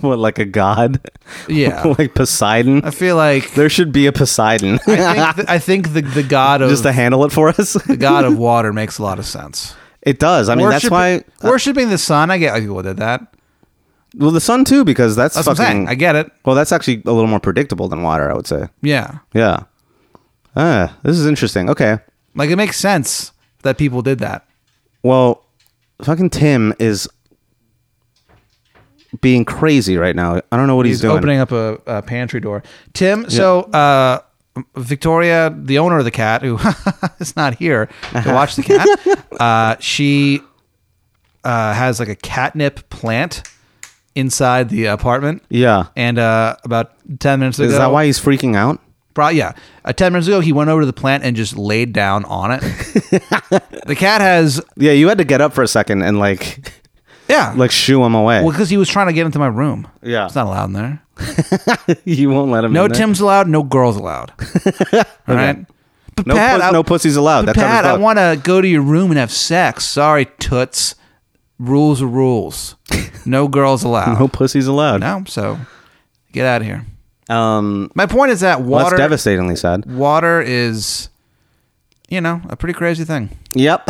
what like a god?
Yeah.
like Poseidon.
I feel like
There should be a Poseidon
I think, th- I think the the god of
just to handle it for us.
the god of water makes a lot of sense.
it does. I mean, that's
Worship-
why. uh,
worshiping the sun. I get why people did that.
Well, the sun too, because that's,
That's what I'm
fucking.
saying. I get it.
well, that's actually a little more predictable than water, I would say.
Yeah.
Yeah. Ah, this is interesting. Okay.
Like it makes sense that people did that.
Well, fucking Tim is being crazy right now. I don't know what he's,
He's
doing.
opening up a, a pantry door. Tim, so uh, Victoria, the owner of the cat, who is not here to watch the cat, uh, she uh, has like a catnip plant inside the apartment.
Yeah.
And uh, about 10 minutes ago.
Is that why he's freaking out?
Bro, yeah. Uh, 10 minutes ago, he went over to the plant and just laid down on it. the cat has,
Yeah, you had to get up for a second and like
yeah.
like shoo him away.
well, because he was trying to get into my room.
Yeah.
It's not allowed in there.
you won't let him.
No
in there.
Tim's allowed. No girls allowed. All right. But
No,
Pat,
pus-
I,
no pussies allowed. That
but
covers
Pat, I
fuck.
want to go to your room and have sex. Sorry, toots. Rules are rules. No girls allowed.
no pussies allowed.
No, so get out of here.
Um,
My point is that
well,
water,
that's devastatingly sad.
water is, you know, a pretty crazy thing.
Yep.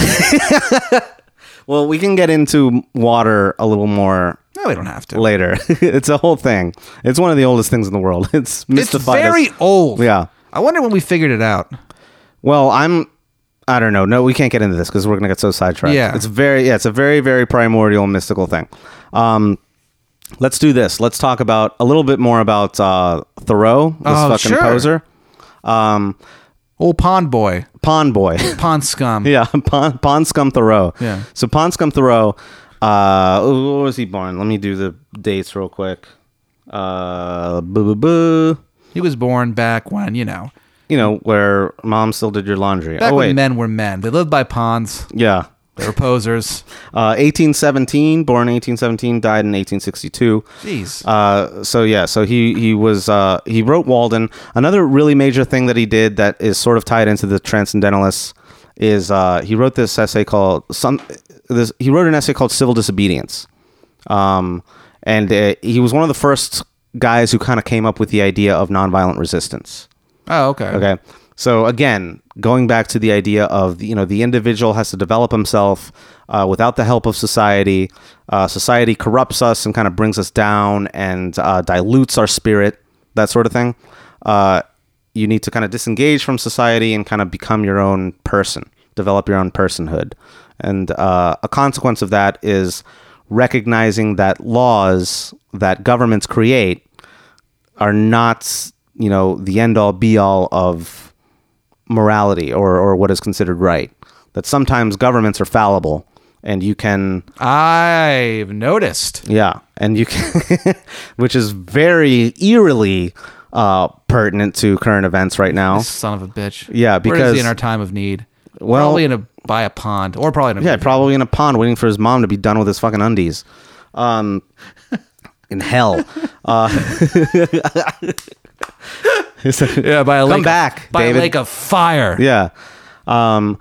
well, we can get into water a little more
No, we don't have to.
later. it's a whole thing. It's one of the oldest things in the world. It's
it's
mystified. us.
very old.
Yeah.
I wonder when we figured it out.
Well, I'm. I don't know. No, we can't get into this because we're gonna get so sidetracked.
Yeah.
it's very. Yeah, it's a very, very primordial mystical thing. Um, let's do this. Let's talk about a little bit more about uh, Thoreau, this
Oh,
fucking
sure.
poser, um,
Old pond boy,
pond boy.
pond scum.
yeah, pond, pond scum Thoreau.
Yeah.
So pond scum Thoreau. Uh, where was he born? Let me do the dates real quick. Uh, boo boo boo.
He was born back when you know,
You know where mom still did your laundry.
back
oh wait,
when men were men. They lived by ponds.
yeah.
They were posers.
Uh, 1817, born 1817, died in 1862.
Jeez.
Uh, so yeah, so he he was uh, he wrote Walden. Another really major thing that he did that is sort of tied into the transcendentalists is uh, he wrote this essay called some this he wrote an essay called Civil Disobedience, um, and uh, he was one of the first guys who kind of came up with the idea of nonviolent resistance.
oh, okay.
Okay. So again, going back to the idea of you know the individual has to develop himself uh, without the help of society. Uh, society corrupts us and kind of brings us down and uh, dilutes our spirit, that sort of thing. Uh, you need to kind of disengage from society and kind of become your own person, develop your own personhood. And uh, a consequence of that is recognizing that laws that governments create are not you know the end all be all of morality or or what is considered right that sometimes governments are fallible and you can
I've noticed.
yeah and you can which is very eerily uh pertinent to current events right now
Son of a bitch.
Yeah,
Where is
because-
he in our time of need?
Well-
probably in a by a pond, or probably in a
yeah probably in a pond waiting for his mom to be done with his fucking undies um in hell uh
yeah by a
come
lake. of-
back
by
David.
a lake of fire.
yeah um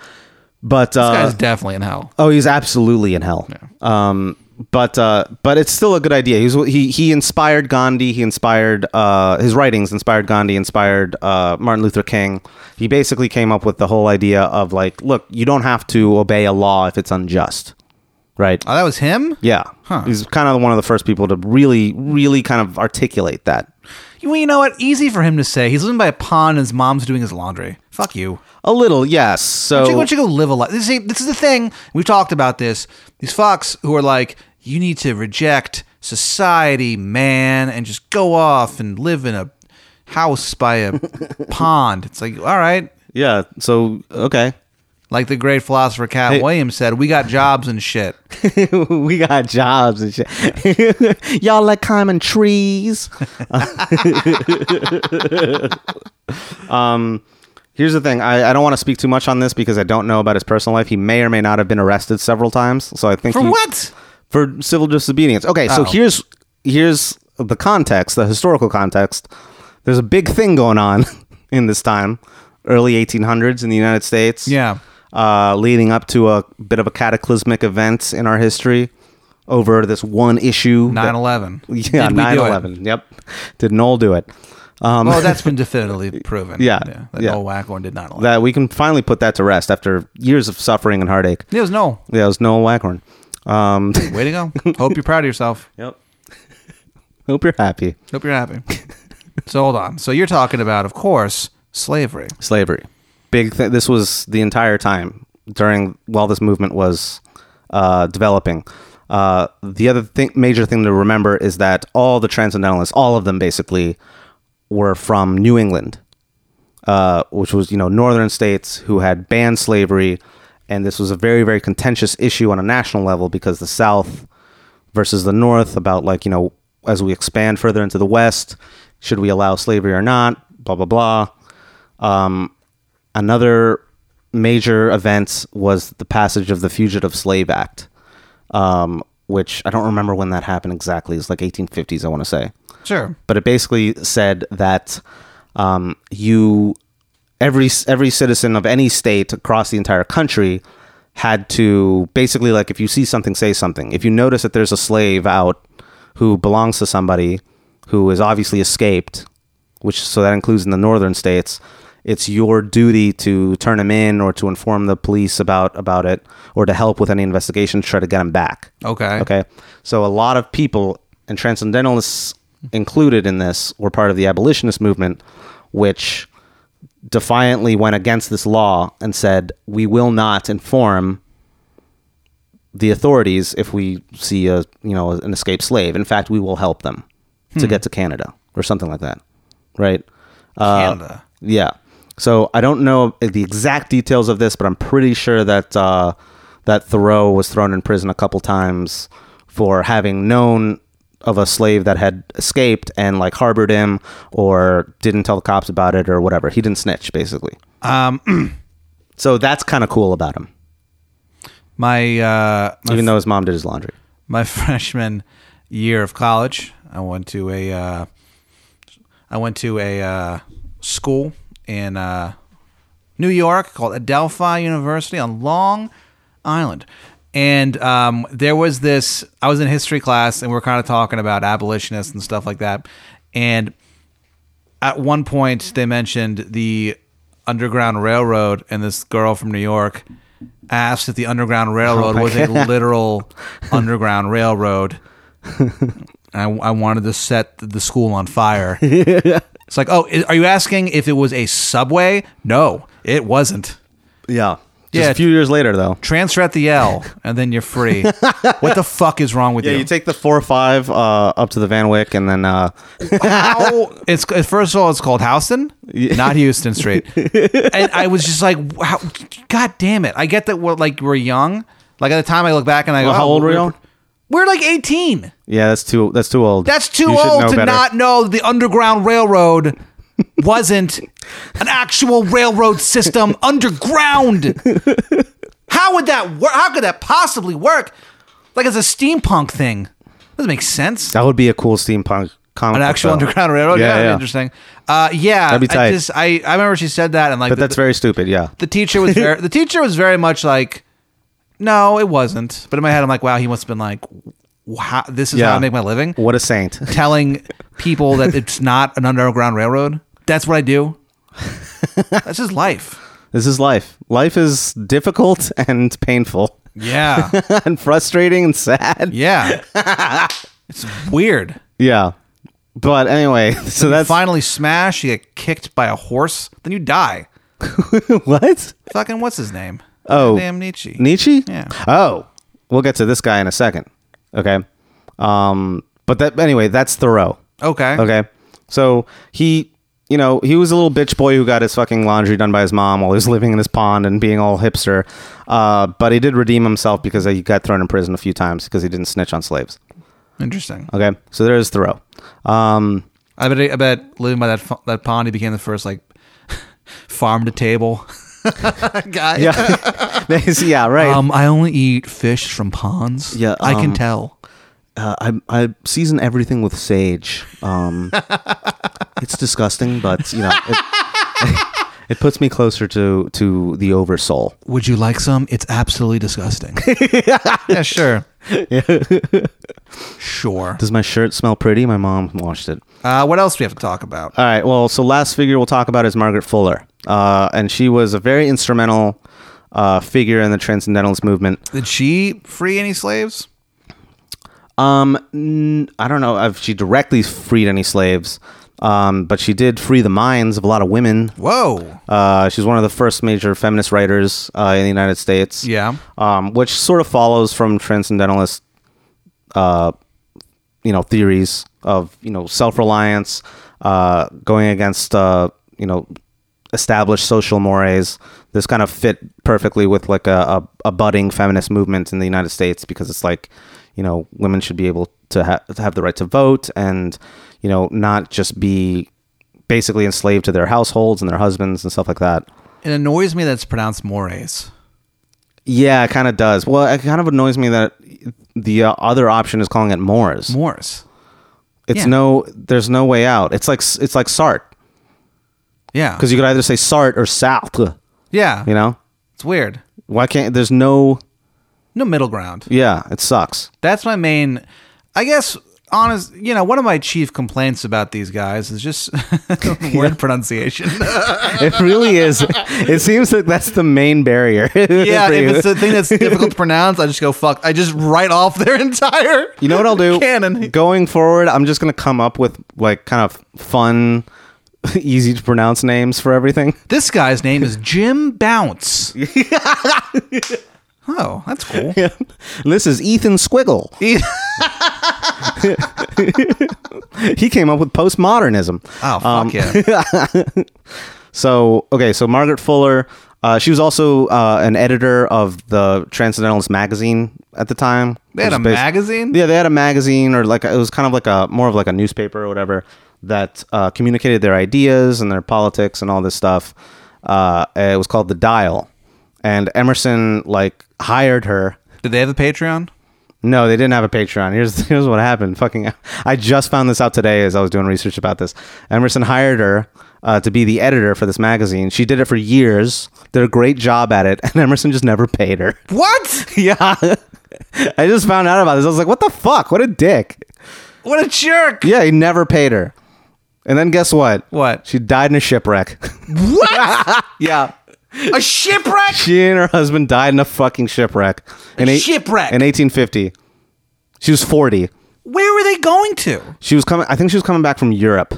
but uh
This guy's definitely in hell.
Oh, he's absolutely in hell. Um, but uh, but it's still a good idea. He's he he inspired Gandhi. He inspired uh, his writings inspired Gandhi. Inspired uh, Martin Luther King. He basically came up with the whole idea of like, look, you don't have to obey a law if it's unjust, right?
Oh, that was him.
yeah,
Huh.
he's kind of one of the first people to really really kind of articulate that.
Well, you know what? Easy for him to say. He's living by a pond, and his mom's doing his laundry. Fuck you.
A little, yes. So
Why don't you go live a life? See, this is the thing. We've talked about this. These fucks who are like, you need to reject society, man, and just go off and live in a house by a pond. It's like, all right.
yeah, so okay,
Like the great philosopher Cat Williams said, we got jobs and shit.
we got jobs and shit. Y'all like climbing trees. um, here's the thing. I, I don't want to speak too much on this because I don't know about his personal life. He may or may not have been arrested several times. So I think
For
he-
what?
for civil disobedience. Okay, so
Oh.
here's here's the context, the historical context. There's a big thing going on in this time, early 1800s in the United States.
Yeah.
uh, leading up to a bit of a cataclysmic event in our history over this one issue.
9
that-
11.
Yeah, 9/11. Yep, didn't all do it. Um,
Well, Oh, that's been definitively proven.
Yeah,
That
yeah.
old Wackhorn did 9 11.
that we can finally put that to rest after years of suffering and heartache.
There was no.
Yeah, it was Noel Waghorn. Um,
Way to go. Hope you're proud of yourself.
Yep. Hope you're happy.
Hope you're happy. so hold on. So you're talking about, of course, slavery.
Slavery, big thing. This was the entire time during while this movement was uh, developing. Uh, the other thing, major thing to remember is that all the transcendentalists, all of them basically, were from New England, uh, which was you know northern states who had banned slavery, and this was a very very contentious issue on a national level because the South versus the North about like you know as we expand further into the West, should we allow slavery or not? Blah blah blah. Um, another major event was the passage of the Fugitive Slave Act, um, which I don't remember when that happened exactly. It's like 1850s, I want to say
Sure.
but it basically said that um, you every every citizen of any state across the entire country had to basically like if you see something say something if you notice that there's a slave out who belongs to somebody who is obviously escaped which so that includes in the northern states it's your duty to turn him in or to inform the police about about it or to help with any investigation to try to get him back
Okay.
Okay. So a lot of people and transcendentalists included in this were part of the abolitionist movement, which defiantly went against this law and said, we will not inform the authorities if we see a you know an escaped slave. In fact, we will help them to get to Canada or something like that. Right?
Canada.
Yeah. So I don't know the exact details of this, but I'm pretty sure that uh, that Thoreau was thrown in prison a couple times for having known of a slave that had escaped and like harbored him or didn't tell the cops about it or whatever. He didn't snitch basically.
Um,
So that's kind of cool about him,
my uh, my
even though his mom did his laundry.
my freshman year of college. I went to a uh, I went to a uh, school in uh, New York called Adelphi University on Long Island. And um, there was this. I was in history class, and we were kind of talking about abolitionists and stuff like that. And at one point they mentioned the underground railroad and this girl from new york asked if the underground railroad was a literal underground railroad I, I wanted to set the school on fire it's like oh i- are you asking if it was a subway no it wasn't
Yeah. Just
Yeah.
a few years later though.
transfer at the l and then you're free what the fuck is wrong with
Yeah, you take the four or five uh, up to the Van Wyck, and then uh,
How- it's uh, first of all, it's called Houston, not Houston Street. and I was just like, wow, God damn it! I get that we're like we're young. Like at the time, I look back and I go,
Well, how old were you?
We're like eighteen.
yeah, that's too that's too old.
That's too
You should
old
know
to
better.
not know the Underground Railroad wasn't an actual railroad system underground. How would that work? How could that possibly work? Like it's a steampunk thing. Doesn't make sense.
That would be a cool steampunk comic.
An
book,
actual
though.
underground railroad. Yeah,
Yeah,
that'd be
yeah.
interesting. Uh, yeah,
That'd be
I
tight.
just I, I remember she said that and like
But
the,
that's very stupid. Yeah.
the teacher was very the teacher was very much like, no, it wasn't. But in my head, I'm like, wow, he must have been like, wow, this is how I
Yeah.
make my living,
What a saint.
telling people that it's not an underground railroad. That's what I do. That's his life.
This is life. Life is difficult and painful
Yeah,
and frustrating and sad.
yeah. It's weird.
Yeah. But anyway, so that's
Finally, smash. You get kicked by a horse, then you die.
what?
Fucking what's his name?
Oh.
damn Nietzsche.
Nietzsche?
Yeah.
Oh, we'll get to this guy in a second. Okay. Um, but that anyway, that's Thoreau.
Okay.
Okay. So he, you know, he was a little bitch boy who got his fucking laundry done by his mom while he was living in his pond and being all hipster. Uh, but he did redeem himself because he got thrown in prison a few times because he didn't snitch on slaves.
Interesting.
Okay. So there is Thoreau. Um,
I bet. I bet living by that fa- that pond, he became the first like farm to table guy.
yeah. They- yeah, right.
Um, I only eat fish from ponds.
Yeah,
I can
um,
tell.
uh, I, I season everything with sage. Um, it's disgusting, but, you know, it, it puts me closer to, to the oversoul.
Would you like some? It's absolutely disgusting. yeah, sure. sure.
Does my shirt smell pretty? My mom washed it.
Uh, what else do we have to talk about?
All right. Well, so last figure we'll talk about is Margaret Fuller, uh, and she was a very instrumental uh, figure in the Transcendentalist movement.
Did she free any slaves?
Um, n- I don't know if she directly freed any slaves, um, but she did free the minds of a lot of women.
Whoa.
Uh, she's one of the first major feminist writers uh, in the United States.
Yeah.
Um, which sort of follows from transcendentalist, uh, you know, theories of you know self-reliance, uh, going against uh, you know established social mores. This kind of fit perfectly with like a, a, a budding feminist movement in the United States because it's like, you know, women should be able to, ha- to have the right to vote and, you know, not just be basically enslaved to their households and their husbands and stuff like that.
It annoys me that it's pronounced mores.
Yeah, it kind of does. Well, it kind of annoys me that the uh, other option is calling it Moors.
Mores.
It's
yeah.
no, there's no way out. It's like it's like Sartre
Yeah.
because you could either say Sartre or Sartre.
yeah.
You know,
It's weird.
why can't there's no?
No middle ground.
Yeah, it sucks.
That's my main. I guess honest. You know, one of my chief complaints about these guys is just word pronunciation.
It really is. It seems like that's the main barrier.
yeah,
for you.
if it's the thing that's difficult to pronounce, I just go fuck. I just write off their entire.
You know what I'll do?
Canon.
Going forward, I'm just gonna come up with like kind of fun, easy to pronounce names for everything.
This guy's name is Jim Bounce. oh, that's cool.
And this is Ethan Squiggle.
E
He came up with postmodernism.
Oh fuck
Um,
yeah!
So okay, so Margaret Fuller, uh, she was also uh, an editor of the Transcendentalist magazine at the time.
They had
which
a
is basi-
magazine.
Yeah, they had a magazine, or like it was kind of like a more of like a newspaper or whatever that uh, communicated their ideas and their politics and all this stuff. Uh, it was called the Dial, and Emerson like hired her.
Did they have a Patreon?
No, they didn't have a Patreon. Here's here's what happened. Fucking, I just found this out today as I was doing research about this. Emerson hired her uh, to be the editor for this magazine. She did it for years. Did a great job at it, and Emerson just never paid her.
What?
Yeah, I just found out about this. I was like, what the fuck? What a dick.
What a jerk!
Yeah, he never paid her. And then guess what?
What?
She died in a shipwreck.
What?
yeah.
a shipwreck?
She and her husband died in a fucking shipwreck. In eight-
shipwreck?
in 1850. She was 40.
Where were they going to?
she was coming i think she was coming back from europe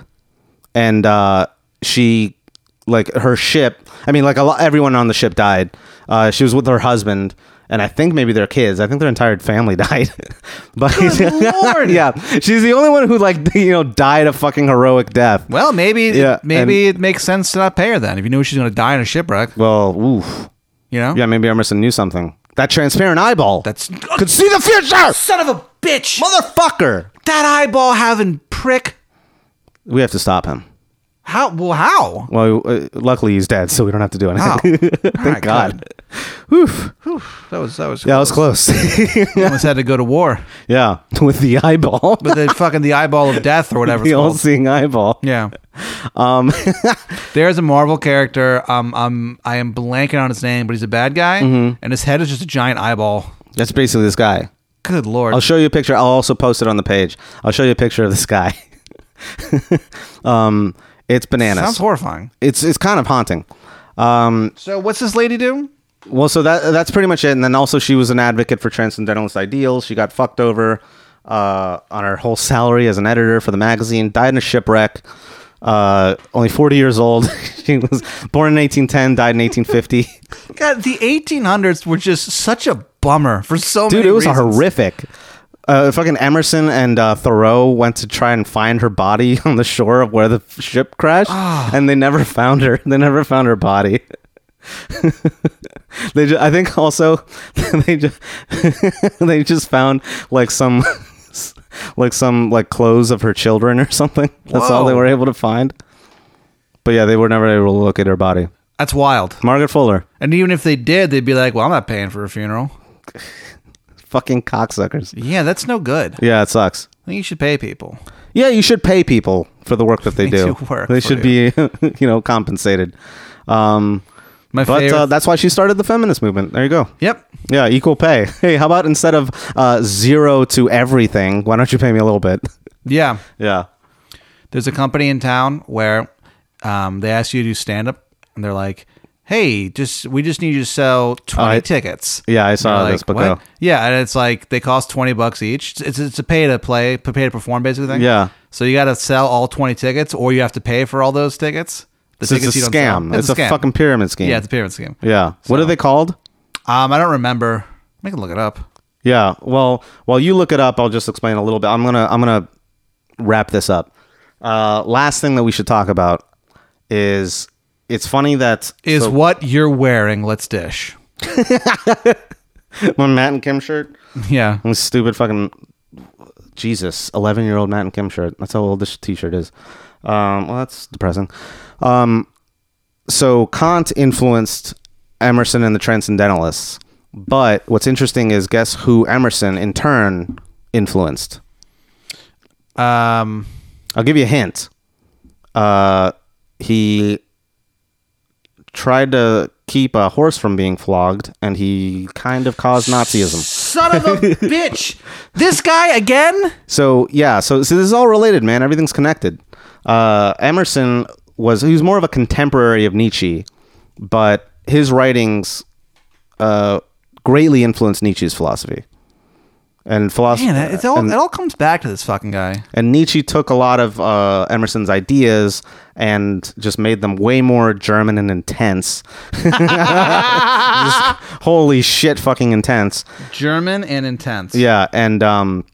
and uh she like her ship i mean like a lot everyone on the ship died uh she was with her husband and i think maybe their kids i think their entire family died but
Good Lord.
yeah she's the only one who like you know died a fucking heroic death
Well, maybe
Yeah,
maybe it makes sense to not pay her then. If you knew she's going to die in a shipwreck,
well oof
you know.
yeah maybe emerson knew something that transparent eyeball
That's oh,
could see the future
son of a bitch.
motherfucker
that eyeball having prick.
we have to stop him
How? Well, how?
well uh, luckily he's dead so we don't have to do anything
Wow.
thank
right,
god
That was that was.
yeah that was close
we almost had to go to war
Yeah, with the eyeball,
with the fucking the eyeball of death or whatever. It's
the
called.
all-seeing eyeball.
Yeah.
Um,
There's a Marvel character. Um, I'm I am blanking on his name, but he's a bad guy,
Mm-hmm.
and his head is just a giant eyeball.
that's basically this guy.
Good lord.
I'll show you a picture. I'll also post it on the page. I'll show you a picture of this guy. um, it's bananas.
Sounds horrifying.
it's it's kind of haunting.
So what's this lady do?
Well, so that that's pretty much it. And then also, she was an advocate for transcendentalist ideals. She got fucked over uh, on her whole salary as an editor for the magazine. Died in a shipwreck. Uh, only 40 years old. she was born in 1810, died in 1850.
God, the 1800s were just such a bummer for so many.
dude it was
reasons.
horrific uh, fucking emerson and uh, thoreau went to try and find her body on the shore of where the ship crashed and they never found her they never found her body they ju- i think also they just they just found like some like some like clothes of her children or something that's all they
Whoa.
were able to find but yeah they were never able to locate her body
That's wild.
margaret fuller
And even if they did, they'd be like, "Well, I'm not paying for a funeral."
fucking cocksuckers
Yeah, that's no good. I
yeah it sucks
think you should pay people.
Yeah, you should pay people for the work that they,
They
do.
do work
they
for
should be, you know, compensated. Um,
My
but
favorite.
uh, that's why she started the feminist movement. There you go.
yep.
Yeah, equal pay. Hey, how about instead of uh, zero to everything, why don't you pay me a little bit?
Yeah.
yeah.
There's a company in town where um, they ask you to do stand up, and they're like, hey, just we just need you to sell twenty
I-
tickets.
Yeah, I
You're
saw
like,
this, but go.
"What?" yeah, and it's like they cost twenty bucks each. It's it's a pay to play, pay to perform basically thing.
Yeah.
So you got to sell all twenty tickets, or you have to pay for all those tickets. The
So it's a
you don't sell.
scam. It's, a, fucking pyramid scheme.
yeah,
Yeah.
it's a pyramid scheme.
What are they called?
Um, I don't remember. I can look it up.
Yeah. Well, while you look it up, I'll just explain a little bit. I'm gonna I'm gonna wrap this up. Uh, last thing that we should talk about is it's funny that
Is
so-
what you're wearing? Let's dish.
my Matt and Kim shirt.
Yeah.
This stupid fucking Jesus, eleven year old Matt and Kim shirt. That's how old this t shirt is. Um, well, that's depressing. Um, so Kant influenced Emerson and the Transcendentalists, but what's interesting is guess who Emerson in turn influenced.
Um,
I'll give you a hint. Uh, he tried to keep a horse from being flogged, and he kind of caused Nazism.
son of a bitch! This guy again?
So yeah, so, so this is all related, man. Everything's connected. Uh, Emerson was he was more of a contemporary of Nietzsche, but his writings uh, greatly influenced Nietzsche's philosophy. And philosophy,
Man, it all
and,
it all comes back to this fucking guy.
and Nietzsche took a lot of uh, Emerson's ideas and just made them way more German and intense. Just, holy shit, fucking intense.
German and intense.
Yeah, and um,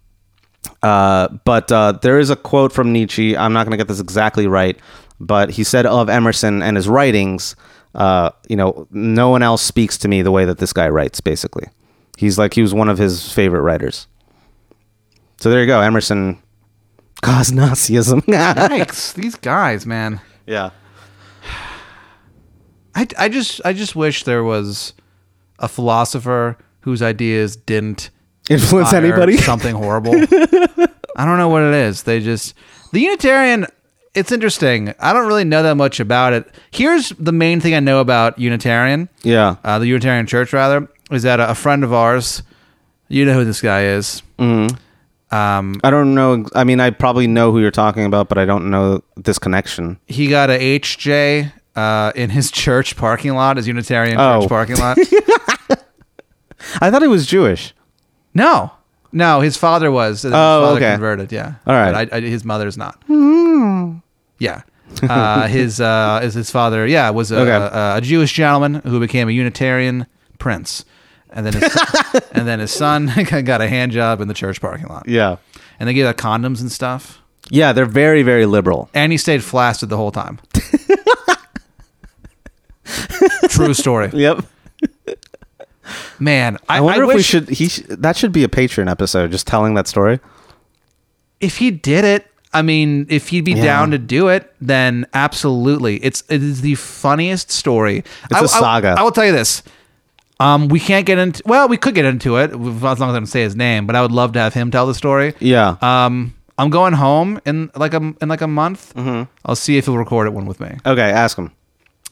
uh, but uh, there is a quote from Nietzsche. I'm not going to get this exactly right, but he said of Emerson and his writings, uh, you know, no one else speaks to me the way that this guy writes. Basically, he's like he was one of his favorite writers. So there you go, Emerson. Caused Nazism.
Yikes! These guys, man.
yeah.
I, I just I just wish there was a philosopher whose ideas didn't
Influence
inspire
anybody?
something horrible. I don't know what it is. They just the Unitarian. It's interesting. I don't really know that much about it. Here's the main thing I know about Unitarian.
Yeah.
uh, the Unitarian Church, rather, is that a, a friend of ours, you know who this guy is. Um,
I don't know. I mean, I probably know who you're talking about, but I don't know this connection.
he got a HJ uh, in his church parking lot, his Unitarian
Oh.
church parking lot.
I thought he was Jewish.
no, no, his father was. His father
Oh, okay.
converted, yeah.
All right.
But I, I, his mother's not. Yeah. Uh, his uh, is his father, yeah, was a,
Okay.
a, a Jewish gentleman who became a Unitarian prince. And then, his, and then his son got a hand job in the church parking lot.
Yeah.
and they gave out condoms and stuff.
Yeah, they're very, very liberal.
And he stayed flaccid the whole time. True story,
Yep.
man. I,
I wonder
I
if we
wish
should. He sh- that should be a Patreon episode, just telling that story.
if he did it. I mean, if he'd be
Yeah.
down to do it, then absolutely. It's it is the funniest story. It's
a
a
saga.
I will tell you this. Um, we can't get into. Well, we could get into it as long as I don't say his name. But I would love to have him tell the story.
Yeah.
Um, I'm going home in like a in like a month. Mm-hmm. I'll see if he'll record it one with me.
okay, ask him.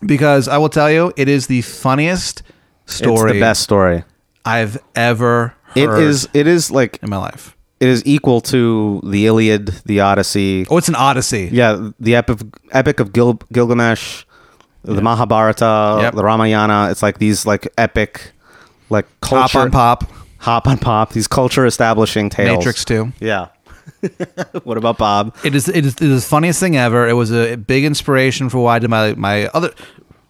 because I will tell you, it is the funniest story
It's the best story.
I've ever
It
heard
is. It is like
in my life.
it is equal to the Iliad, the Odyssey.
Oh, it's an odyssey.
Yeah, the epic epic of Gil- Gilgamesh, the Mahabharata,
Yep.
the Ramayana. It's like these like epic, like
Pop
culture
on pop,
hop on pop. These culture establishing tales.
Matrix Two.
Yeah. what about Bob?
It is, it is it is the funniest thing ever. It was a big inspiration for why I did my my other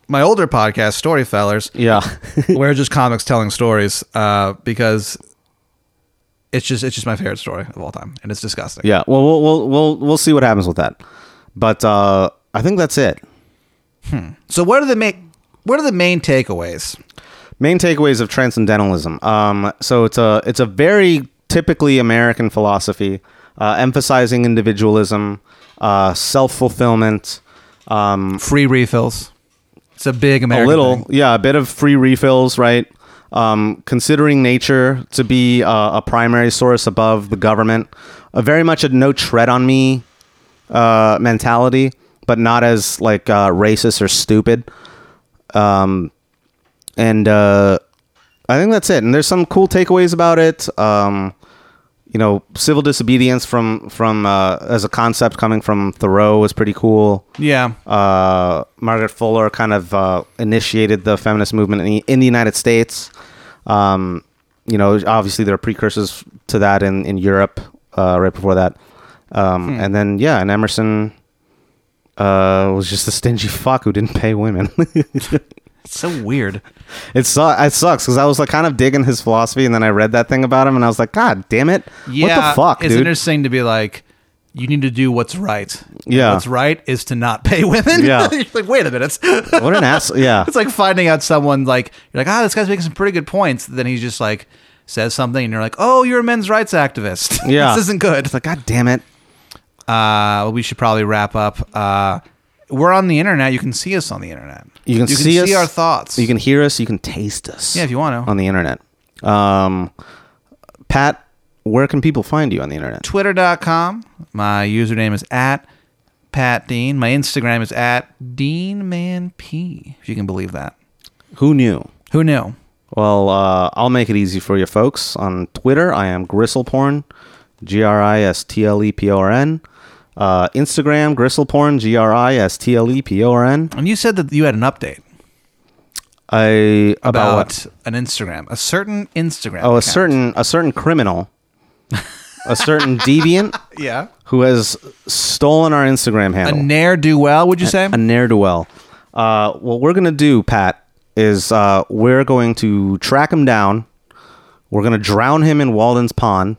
my older podcast, Story Fellers,
Yeah.
where it's just comics telling stories. Uh, because it's just it's just my favorite story of all time, and it's disgusting.
yeah. Well, we'll we'll we'll we'll see what happens with that. But uh I think that's it.
So what are the main what are the main takeaways?
main takeaways of transcendentalism um, so it's a it's a very typically american philosophy uh, emphasizing individualism uh, self-fulfillment um,
Free refills. It's a big
a
American
little
thing.
yeah a bit of free refills right um, considering nature to be uh, a primary source above the government a very much a no tread on me uh, mentality but not as like uh, racist or stupid um, and uh, I think that's it. And there's some cool takeaways about it. Um, you know, civil disobedience from from uh, as a concept coming from Thoreau is pretty cool.
Yeah.
Uh, Margaret Fuller kind of uh, initiated the feminist movement in the, in the United States. Um, you know, obviously there are precursors to that in in Europe uh, right before that, um,
Hmm.
and then yeah, and Emerson uh, was just a stingy fuck who didn't pay women.
It's so weird.
It, su- it sucks because I was like kind of digging his philosophy, and then I read that thing about him, and I was like, God damn it!
Yeah.
what the fuck,
It's
dude?
interesting to be like, you need to do what's right.
Yeah.
What's right is to not pay women.
Yeah.
You're like, wait a minute.
what an ass! Yeah,
it's like finding out someone like you're like, ah, this guy's making some pretty good points. Then he's just like says something, and you're like, oh, you're a men's rights activist.
Yeah.
this isn't good.
it's like God damn it!
Uh, we should probably wrap up. Uh, we're on the internet. You can see us on the internet.
You can see us.
our thoughts.
You can hear us. You can taste us.
Yeah, if you want to.
on the internet. Um, Pat, where can people find you on the internet?
Twitter.com. My username is at Pat Dean. My Instagram is at DeanManP, if you can believe that.
Who knew?
Who knew?
Well, uh, I'll make it easy for you folks. On Twitter, I am Gristleporn, G R I S T L E P O R N. Uh, Instagram, Gristleporn, G R I S T L E P O R N.
And you said that you had an update
I about,
about,
what?
an Instagram, a certain Instagram.
Oh, a
account.
certain a certain criminal, a certain deviant
Yeah.
who has stolen our Instagram
A
handle.
ne'er do well, would you say?
a ne'er do well. Uh, what we're gonna do, Pat, is uh, we're going to track him down. We're gonna drown him in Walden's pond.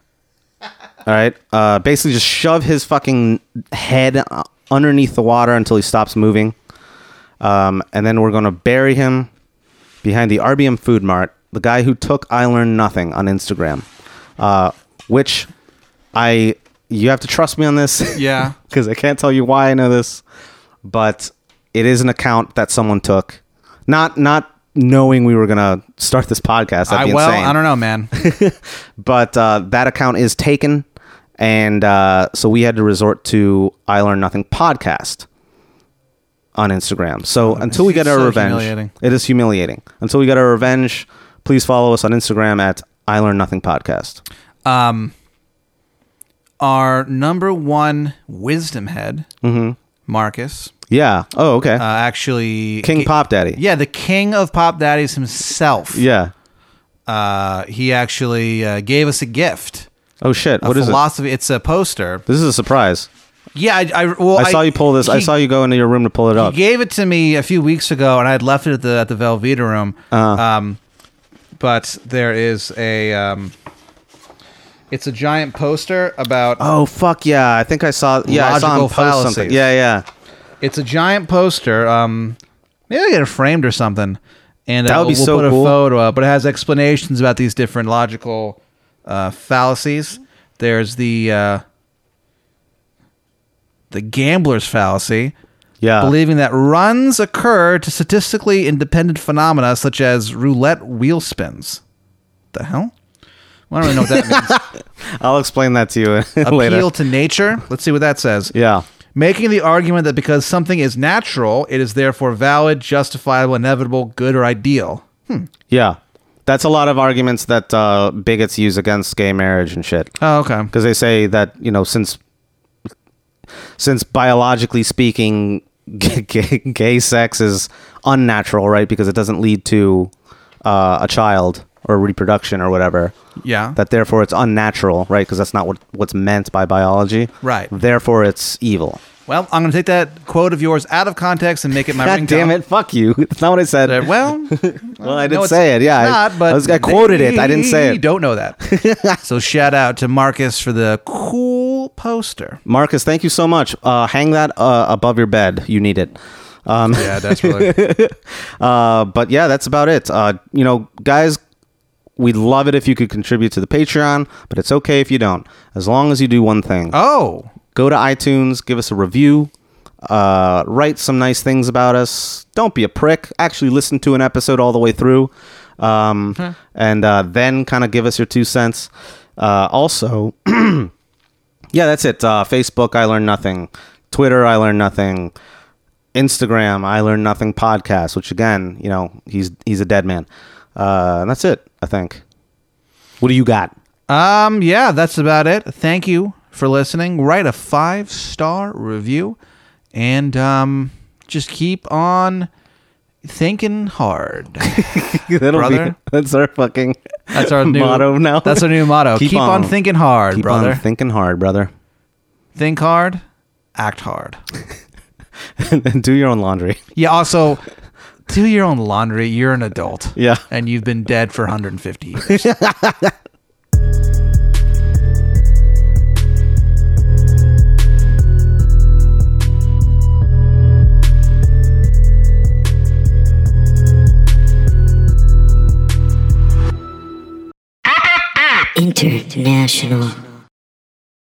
All right. Uh, basically, just shove his fucking head uh, underneath the water until he stops moving, um, and then we're gonna bury him behind the RBM Food Mart. The guy who took I Learn Nothing on Instagram, uh, which I you have to trust me on this.
Yeah.
because I can't tell you why I know this, but it is an account that someone took, not not knowing we were gonna start this podcast. That'd
I,
be
well,
insane.
I don't know, man.
But uh, that account is taken, and uh, so we had to resort to I Learn Nothing podcast on Instagram. So until we get our
Oh, so
revenge,
humiliating.
it is humiliating. Until we get our revenge, please follow us on Instagram at I Learn Nothing podcast.
Um, our number one wisdom head,
Mm-hmm.
Marcus,
Yeah. Oh, okay.
uh, actually
King
ga-
Pop Daddy.
Yeah, the king of Pop Daddies himself.
Yeah.
Uh, he actually uh, gave us a gift.
Oh shit.
A
What is it?
philosophy. It's a poster.
This is a surprise.
Yeah, I, I well,
I saw you pull this. I
he-
saw you go into your room to pull it
He
up.
gave it to me a few weeks ago, and I had left it at the at the Velveeta room.
Uh-huh.
Um, but there is a. Um, it's a giant poster about.
Oh fuck yeah! I think I saw. Yeah, I saw him
Logical
post
fallacies.
something. Yeah, yeah.
It's a giant poster. Um, maybe I get it framed or something, and uh,
That would be
we'll
so
put a
cool.
photo up. But it has explanations about these different logical uh, fallacies. There's the uh, the gambler's fallacy,
Yeah.
believing that runs occur to statistically independent phenomena such as roulette wheel spins. The hell? Well, I don't really know what that
I'll explain that to you
means.
later.
Appeal to nature. Let's see what that says
Yeah.
making the argument that because something is natural, it is therefore valid, justifiable, inevitable, good, or ideal.
Yeah. That's a lot of arguments that uh, bigots use against gay marriage and shit.
Oh, okay.
Because they say that you know since since biologically speaking, g- g- gay sex is unnatural, right? Because it doesn't lead to uh, a child or reproduction or whatever.
Yeah.
that therefore it's unnatural, right? Because that's not what what's meant by biology.
Right.
Therefore, it's evil.
well, I'm going to take that quote of yours out of context and make it my
God
ringtone.
damn it! Fuck you. It's not what I said.
Uh, Well,
well, I
no,
didn't
it's
say it. Yeah, I-
not, but
I, was, I quoted it. I didn't say
You
it.
don't know that. so shout out to Marcus for the cool poster.
Marcus, thank you so much. Uh, hang that uh, above your bed. You need it. Um,
Yeah, definitely.
uh, but yeah, that's about it. Uh, you know, guys, we'd love it if you could contribute to the Patreon, but it's okay if you don't, as long as you do one thing.
oh,
go to iTunes, give us a review, uh, write some nice things about us. Don't be a prick. Actually, listen to an episode all the way through, um, and uh, then kind of give us your two cents. Uh, also, yeah, that's it. Uh, Facebook, I learned nothing. Twitter, I learned nothing. Instagram, I learned nothing podcast. Which again, you know, he's he's a dead man. Uh, and that's it. I think. What do you got?
Um, yeah, that's about it. Thank you for listening. Write a five star review and um, just keep on thinking hard.
That'll
Brother?
be that's our fucking
That's our new
motto now.
That's our new motto. Keep,
Keep
on,
on-
thinking hard,
Keep
brother.
on thinking hard, brother.
Think hard, act hard.
and do your own laundry.
Yeah, also do your own laundry. You're an adult.
Yeah.
And you've been dead for 150 years.
International.